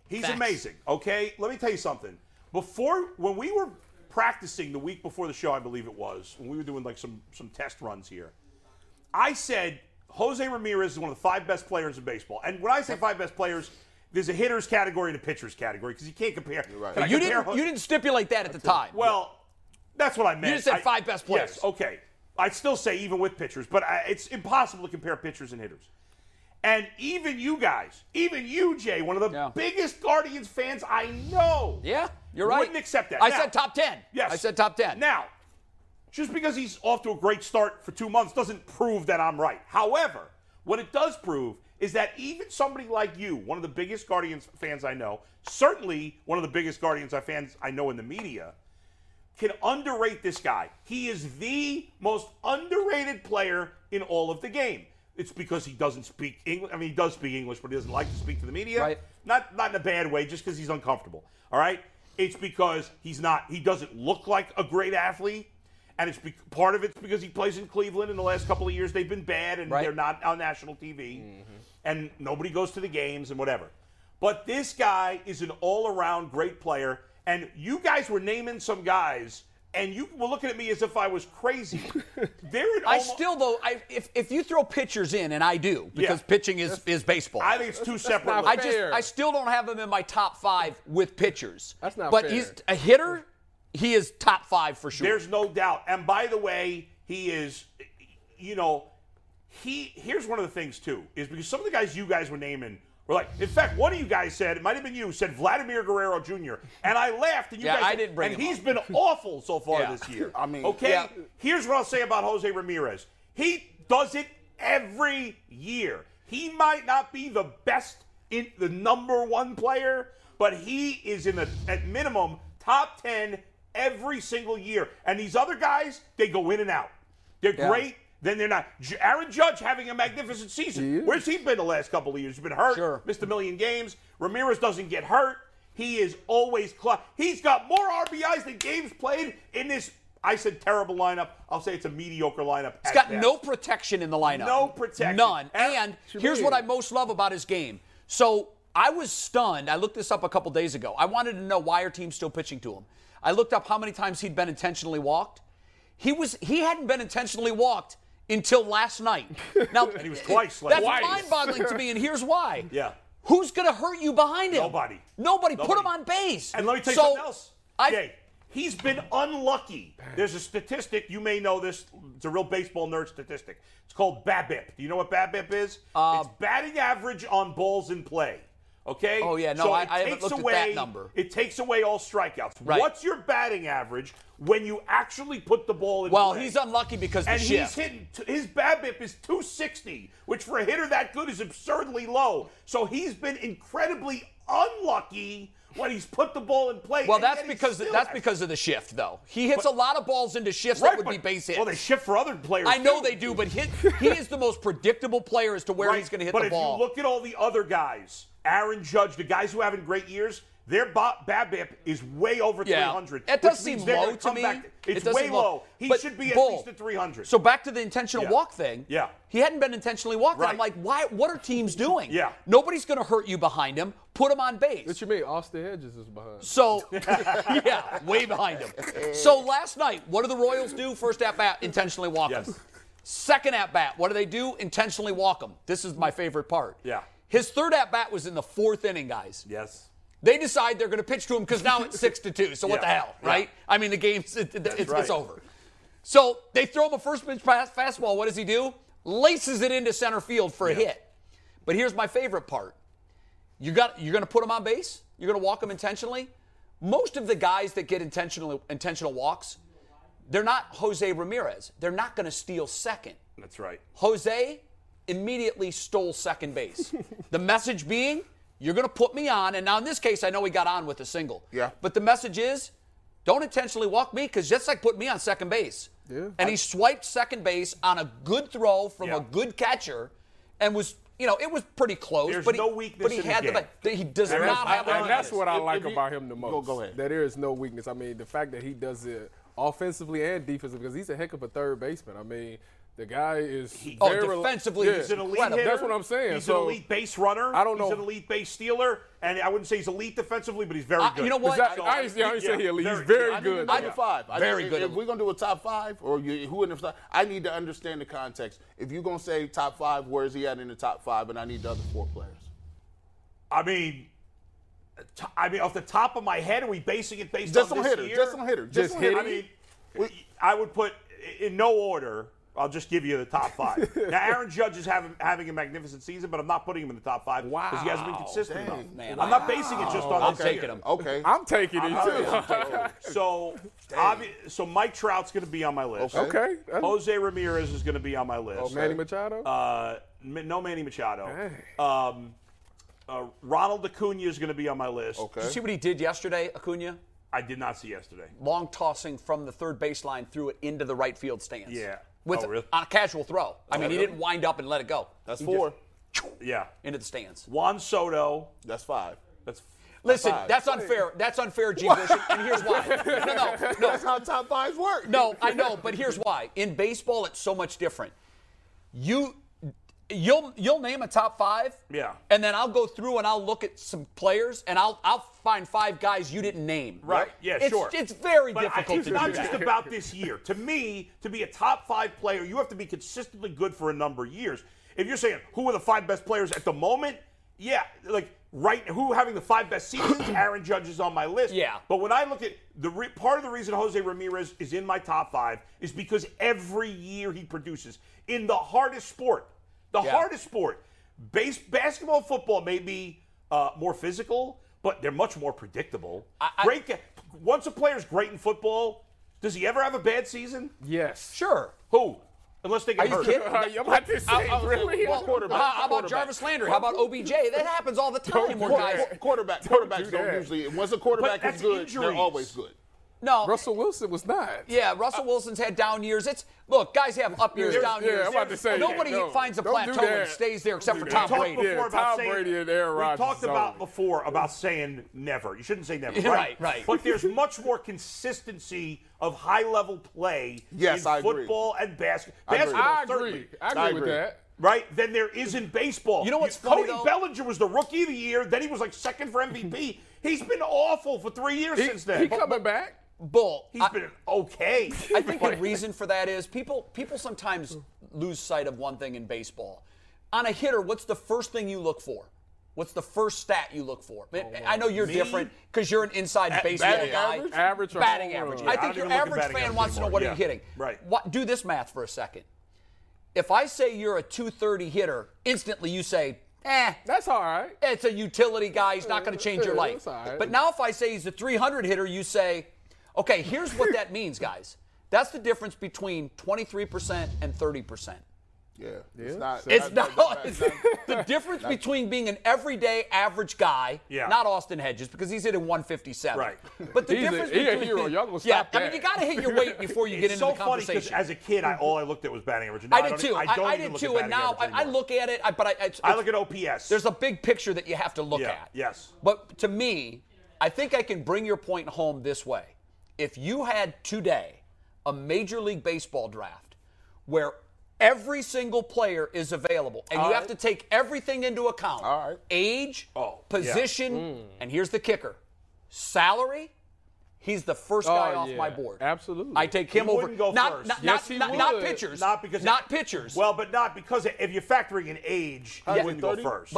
He's Facts. amazing. Okay, let me tell you something. Before when we were practicing the week before the show, I believe it was when we were doing like some some test runs here, I said Jose Ramirez is one of the five best players in baseball. And when I say five best players, there's a hitters category and a pitchers category because you can't compare. right. Can I You compare didn't, Ho- you didn't stipulate that at the time. Well, that's what I meant. just said I- five best players. Yes, okay. I'd still say even with pitchers, but I, it's impossible to compare pitchers and hitters. And even you guys, even you, Jay, one of the Yeah. biggest Guardians fans I know. yeah, you're right. Wouldn't accept that. I Now- said top 10. Yes. I said top 10. Now, just because he's off to a great start for two months doesn't prove that I'm right. However, what it does prove is that even somebody like you, one of the biggest Guardians fans I know, certainly one of the biggest Guardians I fans I know in the media, can underrate this guy. He is the most underrated player in all of the game. It's because he doesn't speak English. I mean, he does speak English, but he doesn't like to speak to the media. Right. Not not in a bad way, just because he's uncomfortable. All right. It's because he's not. He doesn't look like a great athlete, and it's be, part of it's because he plays in Cleveland. In the last couple of years, they've been bad, and Right. they're not on national TV, and nobody goes to the games and whatever. But this guy is an all-around great player, and you guys were naming some guys, and you were looking at me as if I was crazy. They're an I almo- still though, I, if if you throw pitchers in, and I do because Yeah. pitching is is baseball. I think it's two separate. not I lists. just Fair. I still don't have him in my top five with pitchers. That's not But fair. he's a hitter. He is top five for sure. There's no doubt. And by the way, he is, you know, he. Here's one of the things too is because some of the guys you guys were naming were like, in fact, one of you guys said it might have been you said Vladimir Guerrero Jr. And I laughed, and you Yeah, guys, I didn't bring and him he's up. been awful so far Yeah. this year. I mean- okay. Yeah. Here's what I'll say about Jose Ramirez. He does it every year. He might not be the best in the number one player, but he is in the at minimum top ten every single year. And these other guys, they go in and out. They're Yeah. great, then they're not. J- Aaron Judge having a magnificent season. Where's he been the last couple of years? He's been hurt, Sure. missed a million games. Ramirez doesn't get hurt. He is always clutch. He's got more RBIs than games played in this. I said terrible lineup. I'll say it's a mediocre lineup. He's got no protection in the lineup. No protection. None. Ar- And here's what I most love about his game. So I was stunned. I looked this up a couple days ago. I wanted to know why our team's still pitching to him. I looked up how many times he'd been intentionally walked. He was he hadn't been intentionally walked until last night. Now and he was twice last That's night. mind-boggling to me, and here's why. Yeah. Who's gonna hurt you behind him? Nobody. Nobody. Put Nobody. him on base. And let me tell you So, something else. I- Jay, he's been unlucky. There's a statistic, you may know this. It's a real baseball nerd statistic. It's called BABIP. Do you know what BABIP is? Uh, it's batting average on balls in play. Okay? Oh, yeah, no, so I- it I haven't takes looked at away, that number. It takes away all strikeouts. Right. What's your batting average when you actually put the ball in Well, play? he's unlucky because the and shift. he's hitting t- his BABIP is 260, which for a hitter that good is absurdly low. So he's been incredibly unlucky when he's put the ball in play. Well, and that's yet he because still that's has- because of the shift, though. He hits But- a lot of balls into shifts Right, that would but- be base hits. Well, they shift for other players. I know too. they do, but hit, he is the most predictable player as to where Right, he's going to hit but the ball. if you look at all the other guys, Aaron Judge, the guys who are having great years, their ba- BABIP is way over yeah, 300. that which does means seem they're low gonna to come me. back It It's does way seem low. low. He But should be at Bull, least at 300. So back to the intentional Yeah. walk thing. Yeah. he hadn't been intentionally walking. I'm Right. like, why? What are teams doing? Yeah. nobody's going to hurt you behind him. Put him on base. What you mean? Austin Hedges is behind. So, yeah, way behind him. So last night, what do the Royals do? First at bat, intentionally walk him. Yes. Second at bat, what do they do? Intentionally walk him. This is my favorite part. Yeah. His third at bat was in the fourth inning, guys. yes. They decide they're going to pitch to him because now it's six to two. So what the Yeah. hell, right? I mean, the game's it, it- it's, right. it's over. So they throw him a first pitch pass, fastball. What does he do? Laces it into center field for a hit. But here's my favorite part. You got you're going to put him on base. You're going to walk him intentionally. Most of the guys that get intentional intentional walks, they're not Jose Ramirez. They're not going to steal second. That's right. Jose immediately stole second base. the message being, you're going to put me on. And now in this case, I know he got on with a single. Yeah. But the message is, don't intentionally walk me because that's like putting me on second base. Yeah. And he swiped second base on a good throw from Yeah. a good catcher and was, you know, it was pretty close. There's but he, no weakness but he in his had the game. ba- He does And not that's, have and a that's what I If- like if you- about him the most. Go- go ahead. That there is no weakness. I mean, the fact that he does it offensively and defensively, because he's a heck of a third baseman. I mean, the guy is Oh, very rel- defensively, Yeah. he's He's an elite Incredible. hitter. That's what I'm saying. He's So- an elite base runner. I don't know. He's an elite base stealer, and I wouldn't say he's elite defensively, but he's very I- good. you know what? Exactly. So, I ain't, I ain't say he elite. He's yeah, very I need good. to know though. the five. I Very think good. If, if we're gonna do a top five, or you, who in the top, I need to understand the context. If you're gonna say top five, where is he at in the top five? And I need the other four players. I mean, t- I mean, off the top of my head, are we basing it based Just on on this hitter. year? Just on hitter. Just Just on hitting? hitter. I mean, I would put in no order. I'll just give you the top five. now, Aaron Judge is having having a magnificent season, but I'm not putting him in the top five because he hasn't been consistent Dang, enough. man. I'm not basing it Oh, just on I'm this taking year. him. okay. I'm taking it All right, too. I'm taking it. So, obvi- so Mike Trout's going to be on my list. Okay. okay. That's- Jose Ramirez is going to be on my Oh. list. Manny Machado. Uh, M- no Manny Machado. Um, uh, Ronald Acuna is going to be on my list. Okay. Did you see what he did yesterday, Acuna? I did not see yesterday. Long tossing from the third baseline, threw it into the right field stands. Yeah. Oh, with Oh, really? on a casual throw. I mean, he really? didn't wind up and let it go. That's He four. Yeah. just- into the stands. Juan Soto. That's five. That's Listen, five. that's unfair. That's unfair, G. Bush, and- and here's why. No, no, no. That's how top fives work. No, I know, but here's why. In baseball, it's so much different. You you'll you'll name a top five. Yeah. And then I'll go through and I'll look at some players and I'll I'll find five guys you didn't name. Right. Yeah, it's, sure. It's very But I, difficult it's to not do that. just about this year. To me, to be a top five player, you have to be consistently good for a number of years. If you're saying who are the five best players at the moment, yeah, like right, who having the five best seasons? Aaron Judge is on my list. Yeah. But when I look at the re- part of the reason Jose Ramirez is in my top five is because every year he produces in the hardest sport, the Yeah. hardest sport. Base basketball, and football may be Oh, uh, more physical, but they're much more predictable. I- great. ca- Once a player's great in football, does he ever have a bad season? Yes. Sure. Who? Unless they get Are you hurt. kidding? I'm about to say, really? Well, Quarterback, how, how about quarterback. Jarvis Landry? How about OBJ? That happens all the time. Where Quar- guys, quar- quarterback. quarterbacks do do not that. usually. Once a quarterback But is that's good, they're injuries. always good. no, Russell Wilson was not. Yeah, Russell Wilson's had down years. It's look, guys have up years, Yeah, down yeah, years. I'm about to say, Nobody no, finds a don't do plateau and that. stays there except for Don't Tom do that. talked Brady. before Yeah, about Tom saying, Brady and Aaron Rodgers We talked is about only. before about saying never. You shouldn't say never. Yeah, Right, right, right. But there's much more consistency of high-level play Yes, in I agree. football and basketball. I agree. Basketball, I agree. certainly, I agree, I with agree. that. Right? Than there is in baseball. You know what's funny, Cody though? Bellinger was the rookie of the year. Then he was like second for MVP. He's been awful for three years He, since then. he coming back. Bull. He's I, been okay. I think the reason for that is people people sometimes lose sight of one thing in baseball. On a hitter, what's the first thing you look for? What's the first stat you look for? Oh, I- I uh, know you're Me? different because you're an inside baseball batting guy. average? Average or batting home average. run? I Yeah, I think don't your even look at average batting fan average wants to know what are you anymore. hitting. Yeah, right. What, do this math for a second. If I say you're a 230 hitter, instantly you say, eh, That's all right. it's a utility guy. He's not Uh, going to change your Yeah, life. that's all right. But now, if I say he's a 300 hitter, you say, okay, here's what that means, guys. That's the difference between 23% and 30%. Yeah. It's not. It's that- not, that- it's that- the difference between being an everyday average guy, Yeah. not Austin Hedges, because he's hitting 157. Right. But the He's a- difference he a between hero. Y'all gonna yeah, stop I mean, that. you got to hit your weight before you get it's so into the funny because conversation. as a kid, I all I looked at was batting average. And now I did don't e- too. I, don't I even did look at too, batting and now I, average I anymore. look at it, I, but I, it's- I it's- look at OPS. there's a big picture that you have to look Yeah, at. yes. But to me, I think I can bring your point home this way. If you had today a Major League Baseball draft where every single player is available and you have to take everything into account All right. age, Oh, yeah. Mm. position, and here's the kicker salary. He's the first guy Oh, off yeah. my board. Absolutely. I take He him over. wouldn't go not, first. Not, Yes, not, not- he not would. pitchers. Not because not pitchers. Well, but not because if you're factoring in age, he Yeah. wouldn't go 30? first.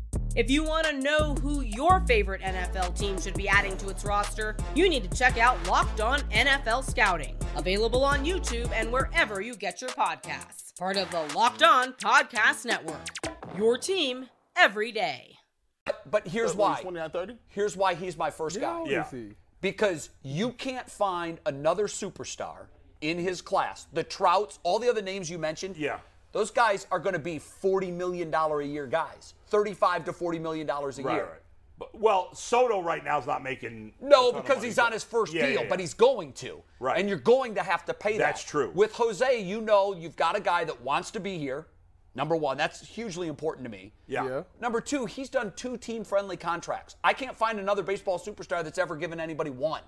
If you want to know who your favorite NFL team should be adding to its roster, you need to check out Locked On NFL Scouting, available on YouTube and wherever you get your podcasts. Part of the Locked On Podcast Network. Your team every day. But here's what, why. he's 29, 30? Here's why he's my first guy. Yeah. Because you can't find another superstar in his class. The Trouts, all the other names you mentioned. Yeah. Those guys are going to be $40 million a year guys, 35 to $40 million a Right, year. right. But, well, Soto right now is not making. a No, ton of because money, he's but- on his first Yeah, yeah, deal, yeah. but he's going to. Right. And you're going to have to pay that. That's true. With Jose, you know you've got a guy that wants to be here. Number one, that's hugely important to me. Yeah. Yeah. Number two, he's done two team friendly contracts. I can't find another baseball superstar that's ever given anybody one.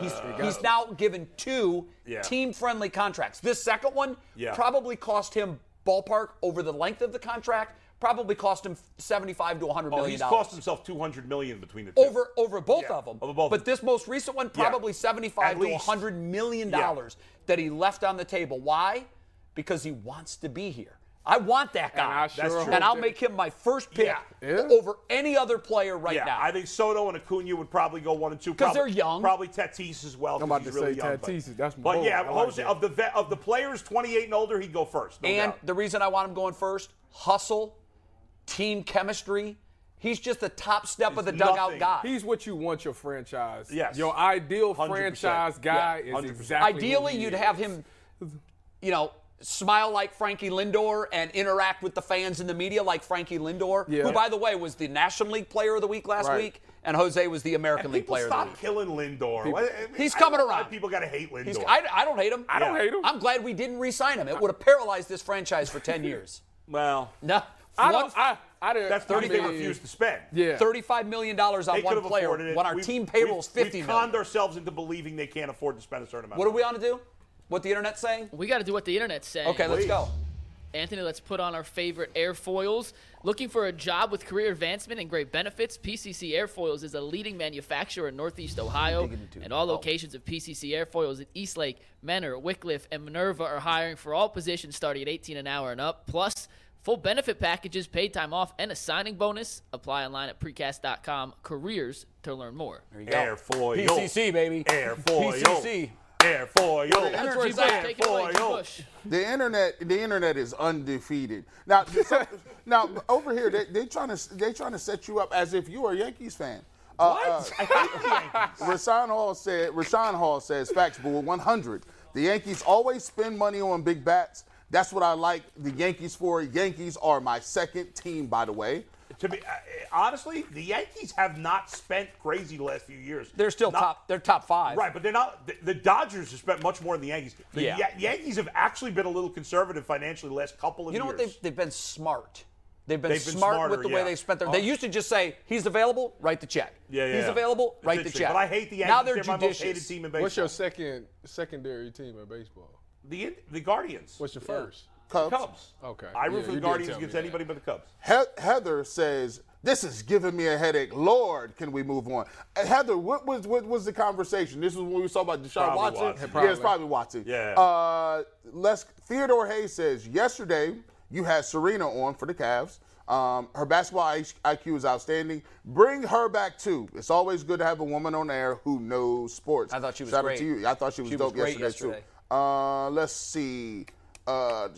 He's, he's now given two Uh, Yeah. team friendly contracts. This second one Yeah. probably cost him ballpark over the length of the contract, probably cost him 75 to 100 Oh, million he's dollars cost himself 200 million between the two. over over both Yeah, of them. over both of but them. this most recent one, Yeah. probably 75 At to least. 100 million Yeah. dollars that he left on the table. Why? Because he wants to be here. I want that guy, I sure That's true. hope and I'll that- make him my first pick Yeah. Yeah. over any other player right Yeah, now. I think Soto and Acuna would probably go one and two. 'Cause Probably- they're young. Probably Tatis as well. I'm 'cause about he's to really say young, but- Tatis, that's But bold. yeah, I like Jose, that. of the vet, of the players 28 and older, he'd go first. no and doubt. the reason I want him going first: hustle, team chemistry, He's just the top step of the He's dugout nothing. guy. He's what you want your franchise. Yes. Your ideal 100%. franchise guy Yeah, is 100%. exactly. who Ideally, he you'd is. have him, you know, smile like Frankie Lindor and interact with the fans and the media like Frankie Lindor, Yeah. who, by the way, was the National League Player of the Week last Right. week, and Jose was the American League Player of the Stop Week. killing Lindor. People- Why- I mean, He's I coming don't know why around. People got to hate Lindor. He's, I, I don't hate him. I don't Yeah. hate him. I'm glad we didn't re-sign him. It would have paralyzed this franchise for 10 years. well, no. I One- don't- I- I didn't- That's the money they refused to spend. Yeah. $35 million dollars on They one could've player afforded it. when our We've- team payroll's we've, 50 We've million. conned ourselves into believing they can't afford to spend a certain amount. What are we on to do? What the internet's saying? We got to do what the internet's saying. Okay, let's go. Anthony, let's put on our favorite airfoils. Looking for a job with career advancement and great benefits? PCC Airfoils is a leading manufacturer in Northeast Ohio, and all locations of PCC Airfoils in Eastlake, Menor, Wickliffe, and Minerva are hiring for all positions starting at 18 an hour and up. Plus, full benefit packages, paid time off, and a signing bonus. Apply online at precast.com careers to learn more. There you go. Airfoil. PCC, baby. Airfoil. PCC. Airfoil. That's where it's at. Take it away, G. Airfoil. Bush. The internet, the internet is undefeated. Now, so- now over here, they they trying to they trying to set you up as if you are a Yankees fan. Uh, What? Rashawn Hall said. Rashawn Hall says facts, bull 100. The Yankees always spend money on big bats. That's what I like the Yankees for. Yankees are my second team, by the way. To be honestly, the Yankees have not spent crazy the last few years. They're still top. They're top five. Right, but they're not. The, the Dodgers have spent much more than the Yankees. The Yeah. Ya- Yankees have actually been a little conservative financially the last couple of You know years. what? They've, they've been smart. They've been, They've been smart smarter, with the way yeah. Uh-huh. they spent their. They used to just say, "He's available, write the check. Yeah, yeah, He's yeah. available, It's write the interesting, check." but I hate the Now Yankees. they're, They're my most judicious. hated team in What's your second secondary team in baseball? the the Guardians. What's your first? Cubs. Cubs. Okay. I root Yeah, for you the did Guardians tell me against that. anybody but the Cubs. He- Heather says, "This is giving me a headache." Lord, can we move on? Uh, Heather, what was what was the conversation? This was when we were talking about Deshaun Probably Watson. Watson. Yeah, it's probably Watson. Yeah. Uh, Les Theodore Hayes says, "Yesterday you had Serena on for the Cavs. Um, her basketball I- IQ is outstanding. Bring her back too. It's always good to have a woman on air who knows sports." I thought she was Shout out great. to you. I thought she was She was dope great yesterday, yesterday. too. Uh, let's see. Uh,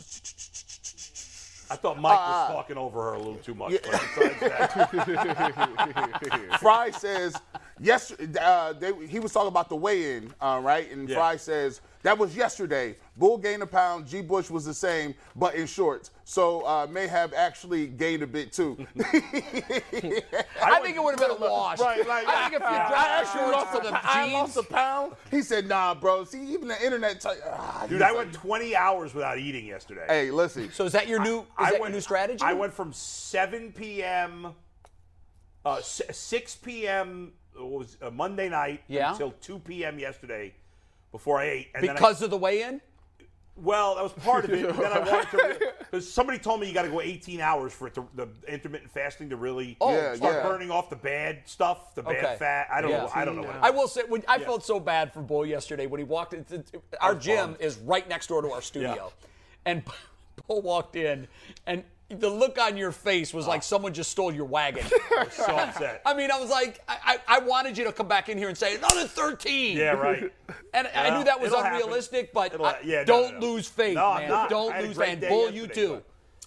I thought Mike was Ah. talking over her a little too much. Yeah. But besides that, Fry says, yes, uh, they, he was talking about the weigh-in, uh, right? And Yeah. Fry says, that was yesterday. Bull gained a pound. G. Bush was the same, but in shorts. So uh, may have actually gained a bit too. I think it would have been a wash. I think if you I dropped actually shorts lost for a, the I lost jeans, a pound. He said, nah, bro. See, even the internet. T- ah, dude, I went 20 hours without eating yesterday. Hey, listen. so is that your new? Is I that your went- new strategy? I went from 7 p.m. Uh, s- 6 p.m. was uh, Monday night Yeah. until 2 p.m. yesterday before I ate. And then I- because of the weigh-in. Well, that was part of it. but then I wanted to because somebody told me you got to go 18 hours for it to, the intermittent fasting to really Oh, Yeah, start yeah. burning off the bad stuff, the bad Okay. fat. I don't Yeah. know. I don't know. What it I is. will say, when, I felt so bad for Bull yesterday when he walked. in th- th- our gym is right next door to our studio, and Bull walked in, and the look on your face was Ah. like someone just stole your wagon. so upset. I mean, I was like, I, I, I wanted you to come back in here and say another 13. yeah, right. And I Well, knew that was it'll happen. unrealistic, but It'll- I- yeah, no, don't no, no. lose faith, No, I'm man. not. I had Don't a lose great faith. And day Bull, you yesterday, too.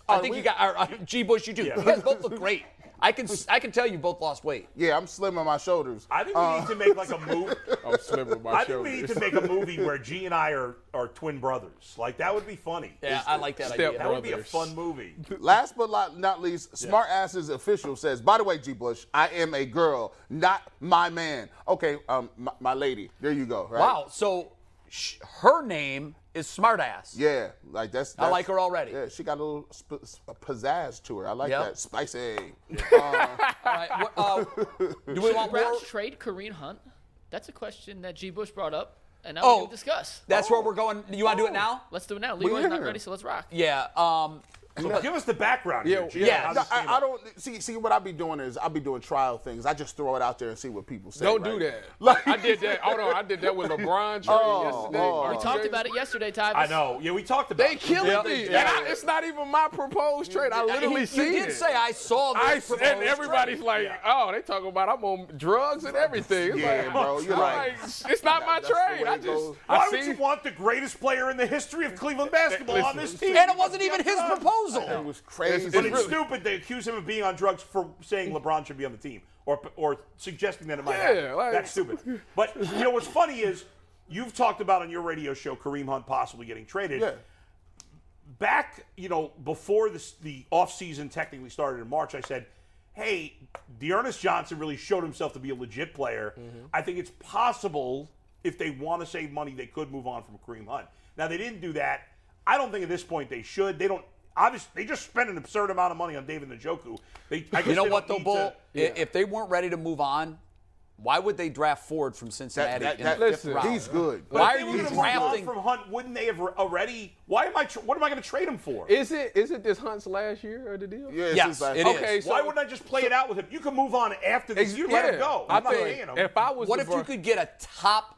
but- I think you got. Or, uh, G. Bush, you too. Yeah. You guys both look great. I can. s- I can tell you both lost weight. Yeah, I'm slimming my shoulders. I think we need to make like a move. I'm slim with my I think shoulders. we need to make a movie where G and I are, are twin brothers. Like that would be funny. Yeah, I like that Step idea. That would be a brothers. fun movie. Last but not, not least, Smart Asses official says, by the way, G. Bush, I am a girl, not my man. Okay, um, my, my lady. There you go. Right? Wow. So sh- her name is Smartass. Yeah, like that's. I that's- like her already. Yeah, she got a little sp- sp- pizzazz to her. I like Yep. that. Spicy. All right, what- uh, do we want more? Routes trade Kareem Hunt? That's a question that G. Bush brought up, and now Oh. we'll discuss. That's where we're going. You want to do it now? Let's do it now. Leroy's not here. ready, so let's rock. Yeah. Um, Give us the background. Yeah, here, G. yeah. How No, this came I, I up. don't see. See, what I be doing is I be doing trial things. I just throw it out there and see what people say. Don't right? do that. Like- I did that. Hold on. I did that with LeBron trade Oh, yesterday. Lord. We talked about it yesterday, Tyvis. Uh, I know. Yeah, we talked about. They it. killing Yeah. me. Yeah. And I, it's not even my proposed trade. I he- literally you seen did it. say I saw this. I s- and proposed everybody's trade. like, oh, they talking about I'm on drugs and everything. It's Yeah, like, bro, you're I'm right. like, it's not my That's the trade. way I it just, goes. I Why see. would you want the greatest player in the history of Cleveland basketball on this team? And it wasn't even his proposal. It was crazy. But it's stupid. They accuse him of being on drugs for saying LeBron should be on the team or or suggesting that it might Yeah, happen. like- That's stupid. But you know what's funny is you've talked about on your radio show Kareem Hunt possibly getting traded. Yeah. Back, you know, before this, the offseason technically started in March, I said, hey, Dearness Johnson really showed himself to be a legit player. I think it's possible if they want to save money, they could move on from Kareem Hunt. Now, they didn't do that. I don't think at this point they should. They don't. Obviously, they just spent an absurd amount of money on David Njoku. They, I guess You know they what, though, don't Bull? need I- to- If they weren't ready to move on, why would they draft Ford from That, Cincinnati? that, in that, the fifth listen, round? he's good. But Why if are they you were to move on drafting- from Hunt? Wouldn't they have already? Why am I? Tra- what am I going to trade him for? Is it is it this Hunt's last year of the deal? Yeah, it's Yes, just like- it is. Okay, so Why wouldn't I just play it out with him? You can move on after this. Ex- You let yeah. him go. I I'm not paying think him. if I was What if you LeBron- could get a top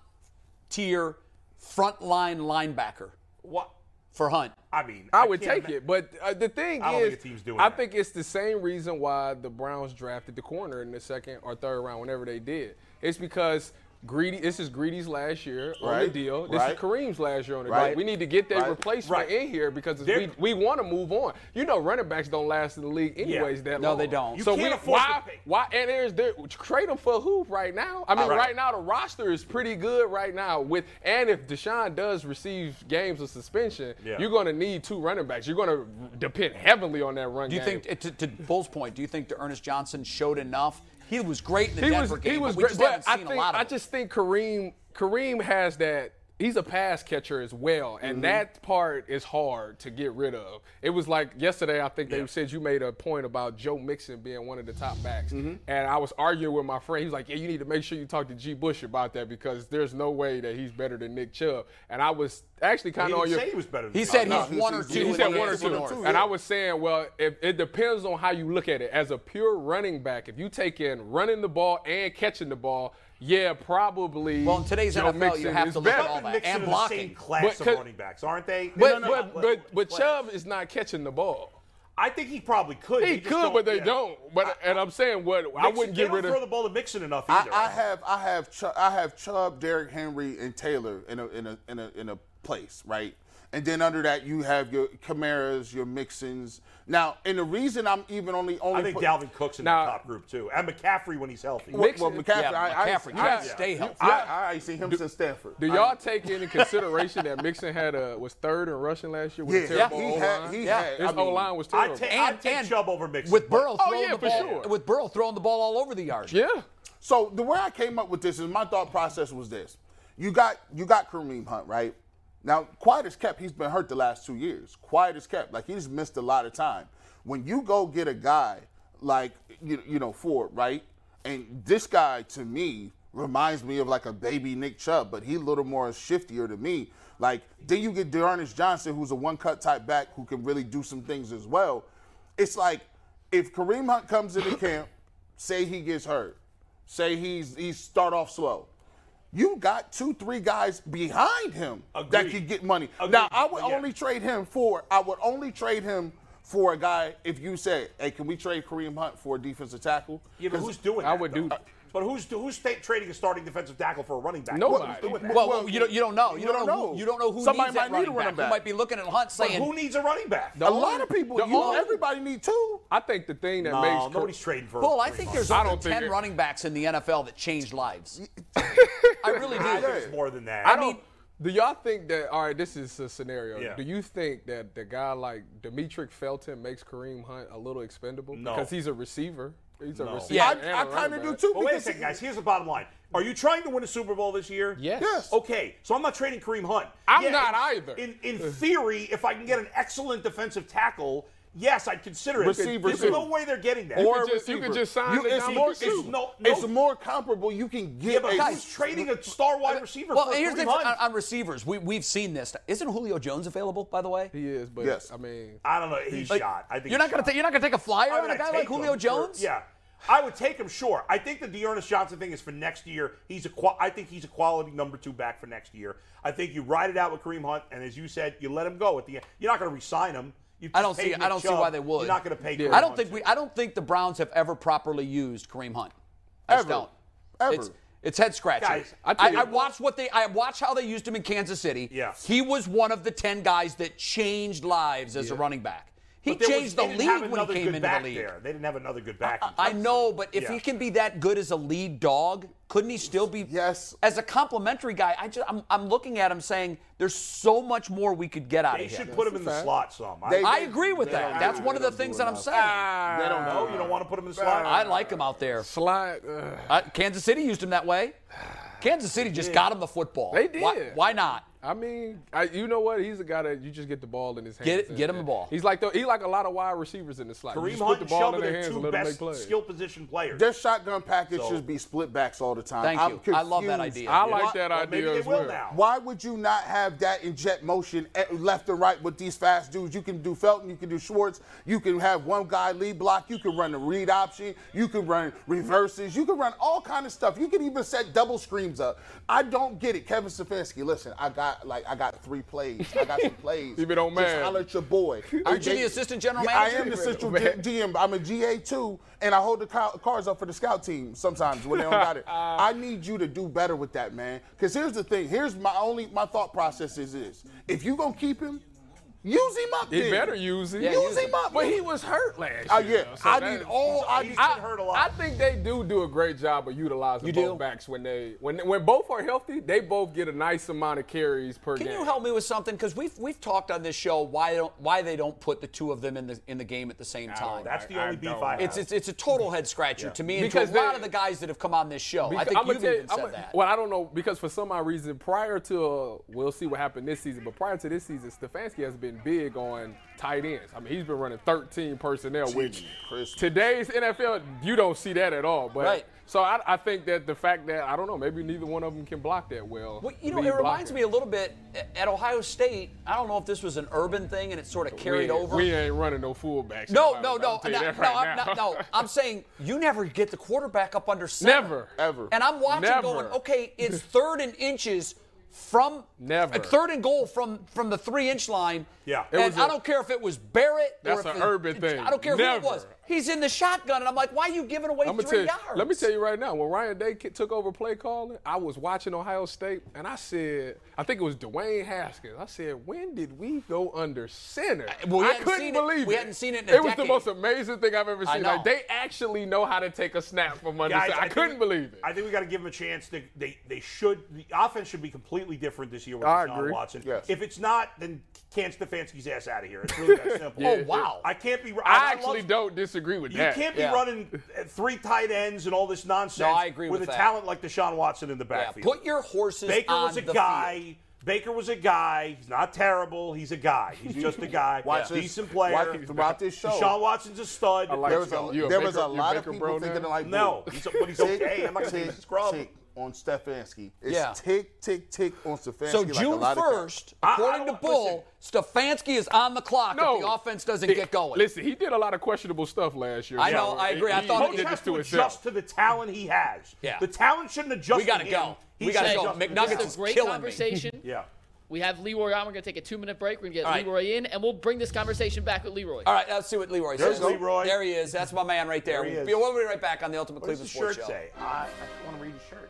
tier frontline linebacker What? for Hunt? I mean, I would can't take ma- it, but uh, the thing I don't is, think a team's doing I that. think it's the same reason why the Browns drafted the corner in the second or third round, whenever they did. It's because greedy. This is Greedy's last year on the Right, deal. This right. is Kareem's last year on the Right, deal. We need to get that right. replacement Right. in here because we They're- we want to move on. You know, running backs don't last in the league anyways. That No, long. they don't. You so can't we, afford to why pay. why and there's there trade them for who right now? I mean, Right. right. now the roster is pretty good right now. With and if Deshaun does receive games of suspension, Yeah. you're going to need two running backs. You're going to depend heavily on that run Do you game. think, to, to Bull's point, do you think Ernest Johnson showed enough? He was great in the he was Denver game, he was but we great, just but haven't I seen think a lot of I it. just think Kareem Kareem has that. He's a pass catcher as well, Mm-hmm. and that part is hard to get rid of. It was like yesterday. I think they Yeah. said you made a point about Joe Mixon being one of the top backs, Mm-hmm. and I was arguing with my friend. He was like, "Yeah, you need to make sure you talk to G. Bush about that because there's no way that he's better than Nick Chubb." And I was actually He kind of didn't on your. say he was better. Than He Johnson. said No, he's one or he's- two. he's in He the said Yeah, one or AFC two. North. two, And yeah. I was saying, well, if, it depends on how you look at it. As a pure running back, if you take in running the ball and catching the ball, yeah, probably. Well, in today's Joe NFL, you Mixon have is to look at better. all Chubb that. and Mixon And are the blocking. same class But- of running backs, aren't they? But, No, no, but, no, but, what- but what- Chubb is not catching the ball. I think he probably could. He just could, but they yeah. don't. But and I'm saying, what I Mixon- wouldn't they get don't rid throw the of. ball to Mixon enough I, either. I have I have Chubb, I have Chubb, Derrick Henry, and Taylor in a in a in a in a place, right? And then under that you have your Camaras, your Mixons. Now, and the reason I'm even only only I think put- Dalvin Cook's in Now- the top group too, and McCaffrey when he's healthy. well, well, Mixon- McCaffrey, Yeah, I, McCaffrey, you I, I, gotta stay healthy. I, I, ain't seen him since Stanford. Do I- y'all take into consideration that Mixon had a was third in rushing last year with Yeah. a terrible Yeah, he O-line? had- he Yeah. had- His I mean- O line was I terrible. take And- I take and Chubb over Mixon With but- Burrow Oh, throwing yeah, the for ball, sure. with Burrow throwing the ball all over the yard. yeah. So the way I came up with this is my thought process was this: you got you got Kareem Hunt right now. Quiet as kept. He's been hurt the last two years. Quiet as kept. Like he's missed a lot of time. When you go get a guy like you, you know Ford right, and this guy to me reminds me of like a baby Nick Chubb, but he a little more shiftier to me. Like then you get Dearness Johnson, who's a one cut type back who can really do some things as well. It's like if Kareem Hunt comes into camp, say he gets hurt, say he's he start off slow. You got two, three guys behind him that Agreed. could get money. Agreed. Now I would Yeah. only trade him for I would only trade him for a guy if you say, hey, can we trade Kareem Hunt for a defensive tackle? Yeah, but who's doing that? I would though? do- But who's who's sta- trading a starting defensive tackle for a running back? Nobody. Who's doing that? Well, you don't you don't know. You We don't, don't know. know. Who, you don't know who Somebody needs that might need a running running You back. might be looking at Hunt But saying, who needs a running back? a only- lot of people, the you know, only- everybody need two. I think the thing that no, makes Kar- nobody's trading for. "Bull, I three think months. there's I over don't think ten it- running backs in the NFL that changed lives." I really do. I think it's more than that. I don't. do y'all think that? All right, this is a scenario. Yeah. Do you think that the guy like Demetric Felton makes Kareem Hunt a little expendable No. because he's a receiver? He's a No. receiver. Yeah, I, and a I kind running of do back. too. But wait a because second, guys. Here's the bottom line. Are you trying to win a Super Bowl this year? Yes. Yes. Okay, so I'm not trading Kareem Hunt. I'm not in- either. In in theory, if I can get an excellent defensive tackle, yes, I'd consider it. Receiver, There's too. no way they're getting that. Or- You could just- you could receiver. just sign the it's, guy more, with the it's, suit. No, no. it's more comparable. You can get yeah, but a- who's trading a star wide receiver Well, for here's Kareem the thing Uh, Hunt? on, on receivers. We, we've seen this. Isn't Julio Jones available, by the way? He is, but Yes. I mean, I don't know. He's shot. I think You're not he's gonna shot. take you're not gonna take a flyer I on mean, a I'd guy like take him, Julio sure. Jones. Yeah. I would take him, sure. I think the Dearness Johnson thing is for next year. He's a qua- I think he's a quality number two back for next year. I think you ride it out with Kareem Hunt, and as you said, you let him go at the end. You're not going to re-sign him. You I don't just see paid I don't see Nick why Chubb. they would. You're not going to pay. Kareem I don't Hunt think to. we I don't think the Browns have ever properly used Kareem Hunt. I just Ever. don't. Ever. It's, it's head scratching. Guys, I, I tell you- I watched what they I watched how they used him in Kansas City. Yeah. He was one of the ten guys that changed lives as a running back. He But there was- changed the they didn't have league when he another came good into back the league. There. They didn't have another good back. in I Thompson. know, but if Yeah. he can be that good as a lead dog, couldn't he still be? Yes. As a complimentary guy, I just I'm, I'm looking at him saying there's so much more we could get out They of him. should put him in the slot some. I- I agree with They that. don't That's do- one of they the don't things do that I'm enough. saying. They don't know. You don't want to put him in the slot. I like him out there. Slot. Uh, Kansas City used him that way. Kansas City just got him the football. They did. Why, why not? I mean, I, you know what? He's a guy that you just get the ball in his hands. Get it- and- get him the ball. He's like the, he like a lot of wide receivers in the slot. You Kareem just Hunt put the and ball in Shelby their are hands two and let them make best plays. skill position players. Their shotgun package So- should be split backs all the time. Thank I'm you. I love that confused. idea. I like that Well, idea maybe they as will well. now. Why would you not have that in jet motion at, left and right with these fast dudes? You can do Felton, you can do Schwartz, you can have one guy lead block, you can run the read option, you can run reverses, you can run all kind of stuff. You can even set double screens up. I don't get it, Kevin Stefanski. Listen, I got like I got three plays, I got some plays. Leave it on Just man. holler at your boy. Aren't you they- the assistant general Yeah, I manager? am the Leave it on assistant G- GM. I'm a GA too, and I hold the ca- cards up for the scout team sometimes when they don't got it. I need you to do better with that, man. Because here's the thing. Here's my only my thought process is this: if you gonna keep him, use him up. He then. better use him. Yeah, Use use him him. up. But he was hurt last Uh, year. yeah, though, so I that- need all. I need. I, hurt a lot. I think they do do a great job of utilizing You both do? backs when they when when both are healthy. They both get a nice amount of carries per Can game. you help me with something? Because we've we've talked on this show why don't why they don't put the two of them in the in the game at the same time. That's the I- I only beef don't. I have. It's, it's it's a total head scratcher to me and Because to a lot they- of the guys that have come on this show. I Because- think I'ma you've tell you- even said I'ma- that. Well, I don't know because for some odd reason, prior to uh, we'll see what happened this season, but prior to this season, Stefanski has been big on tight ends. I mean, he's been running 13 personnel, which Christ. today's NFL you don't see that at all. But Right. so I, I think that the fact that I don't know, maybe neither one of them can block that well. Well, you know, it reminds me a little bit a- at Ohio State. I don't know if this was an urban thing and it sort of carried we, over. We ain't running no fullbacks. no, I'm no, no, telling no, you no, that right I'm now. not- no. I'm saying you never get the quarterback up under center. Never. Ever. And I'm watching, Never. going, okay, it's third and inches from Never. uh, third and goal from from the three inch line. Yeah. It and was I a- don't care if it was Barrett. That's or if a it- urban thing. I don't care who it Never. was. He's in the shotgun, and I'm like, why are you giving away I'ma three tell yards? You, let me tell you right now, when Ryan Day ki- took over play calling, I was watching Ohio State, and I said, I think it was Dwayne Haskins. I said, when did we go under center? I- well, we I hadn't couldn't seen it- believe it. we hadn't seen it in a It was decade. the most amazing thing I've ever I seen. Like know. they actually know how to take a snap from under Guys, center. I, think couldn't we- believe it. I think we got to give them a chance. They, they they should. The offense should be completely different this year with I Deshaun agree. Watson. Yes. If it's not, then can't Stefanski's ass out of here. It's really that simple. Oh, wow. I can't be. I love- actually don't disagree with You that. can't be Yeah. running uh, three tight ends and all this nonsense. No, I agree with a that. talent like Deshaun Watson in the Yeah, backfield. put your horses Baker on was a the guy. field. Baker was a guy. He's not terrible. He's a guy. He's just a guy. Watch this- Decent player. watch this- throughout this show. Deshaun Watson's a stud. I like There was a, You a there was a Baker- you a lot of Baker people bro thinking now? like No, "Ooh, he's- but he's okay. I'm not gonna say he's a scrub." tick on Stefanski. It's Yeah. tick, tick, tick on Stefanski. So like a June lot of guys. 1st, I- I according to don't- Bull, Stefanski is on the clock No. if the offense doesn't It- get going. Listen, he did a lot of questionable stuff last year. I so know, I he- agree. I he- thought he that Coach did has this to to himself. adjust to the talent he has. Yeah. The talent shouldn't adjust. We gotta to him. go. He We gotta should go. adjust to the McNuggets talent. is Great killing me. conversation. Yeah. We have Leroy on. We're going to take a two minute break. We're going to get All right. Leroy in, and we'll bring this conversation back with Leroy. All right, let's see what Leroy There's says. Leroy. There he is. That's my man right there. There he is. We'll be right back on the Ultimate What does the Cleveland Sports shirt Show. say? I, I want to read the shirt.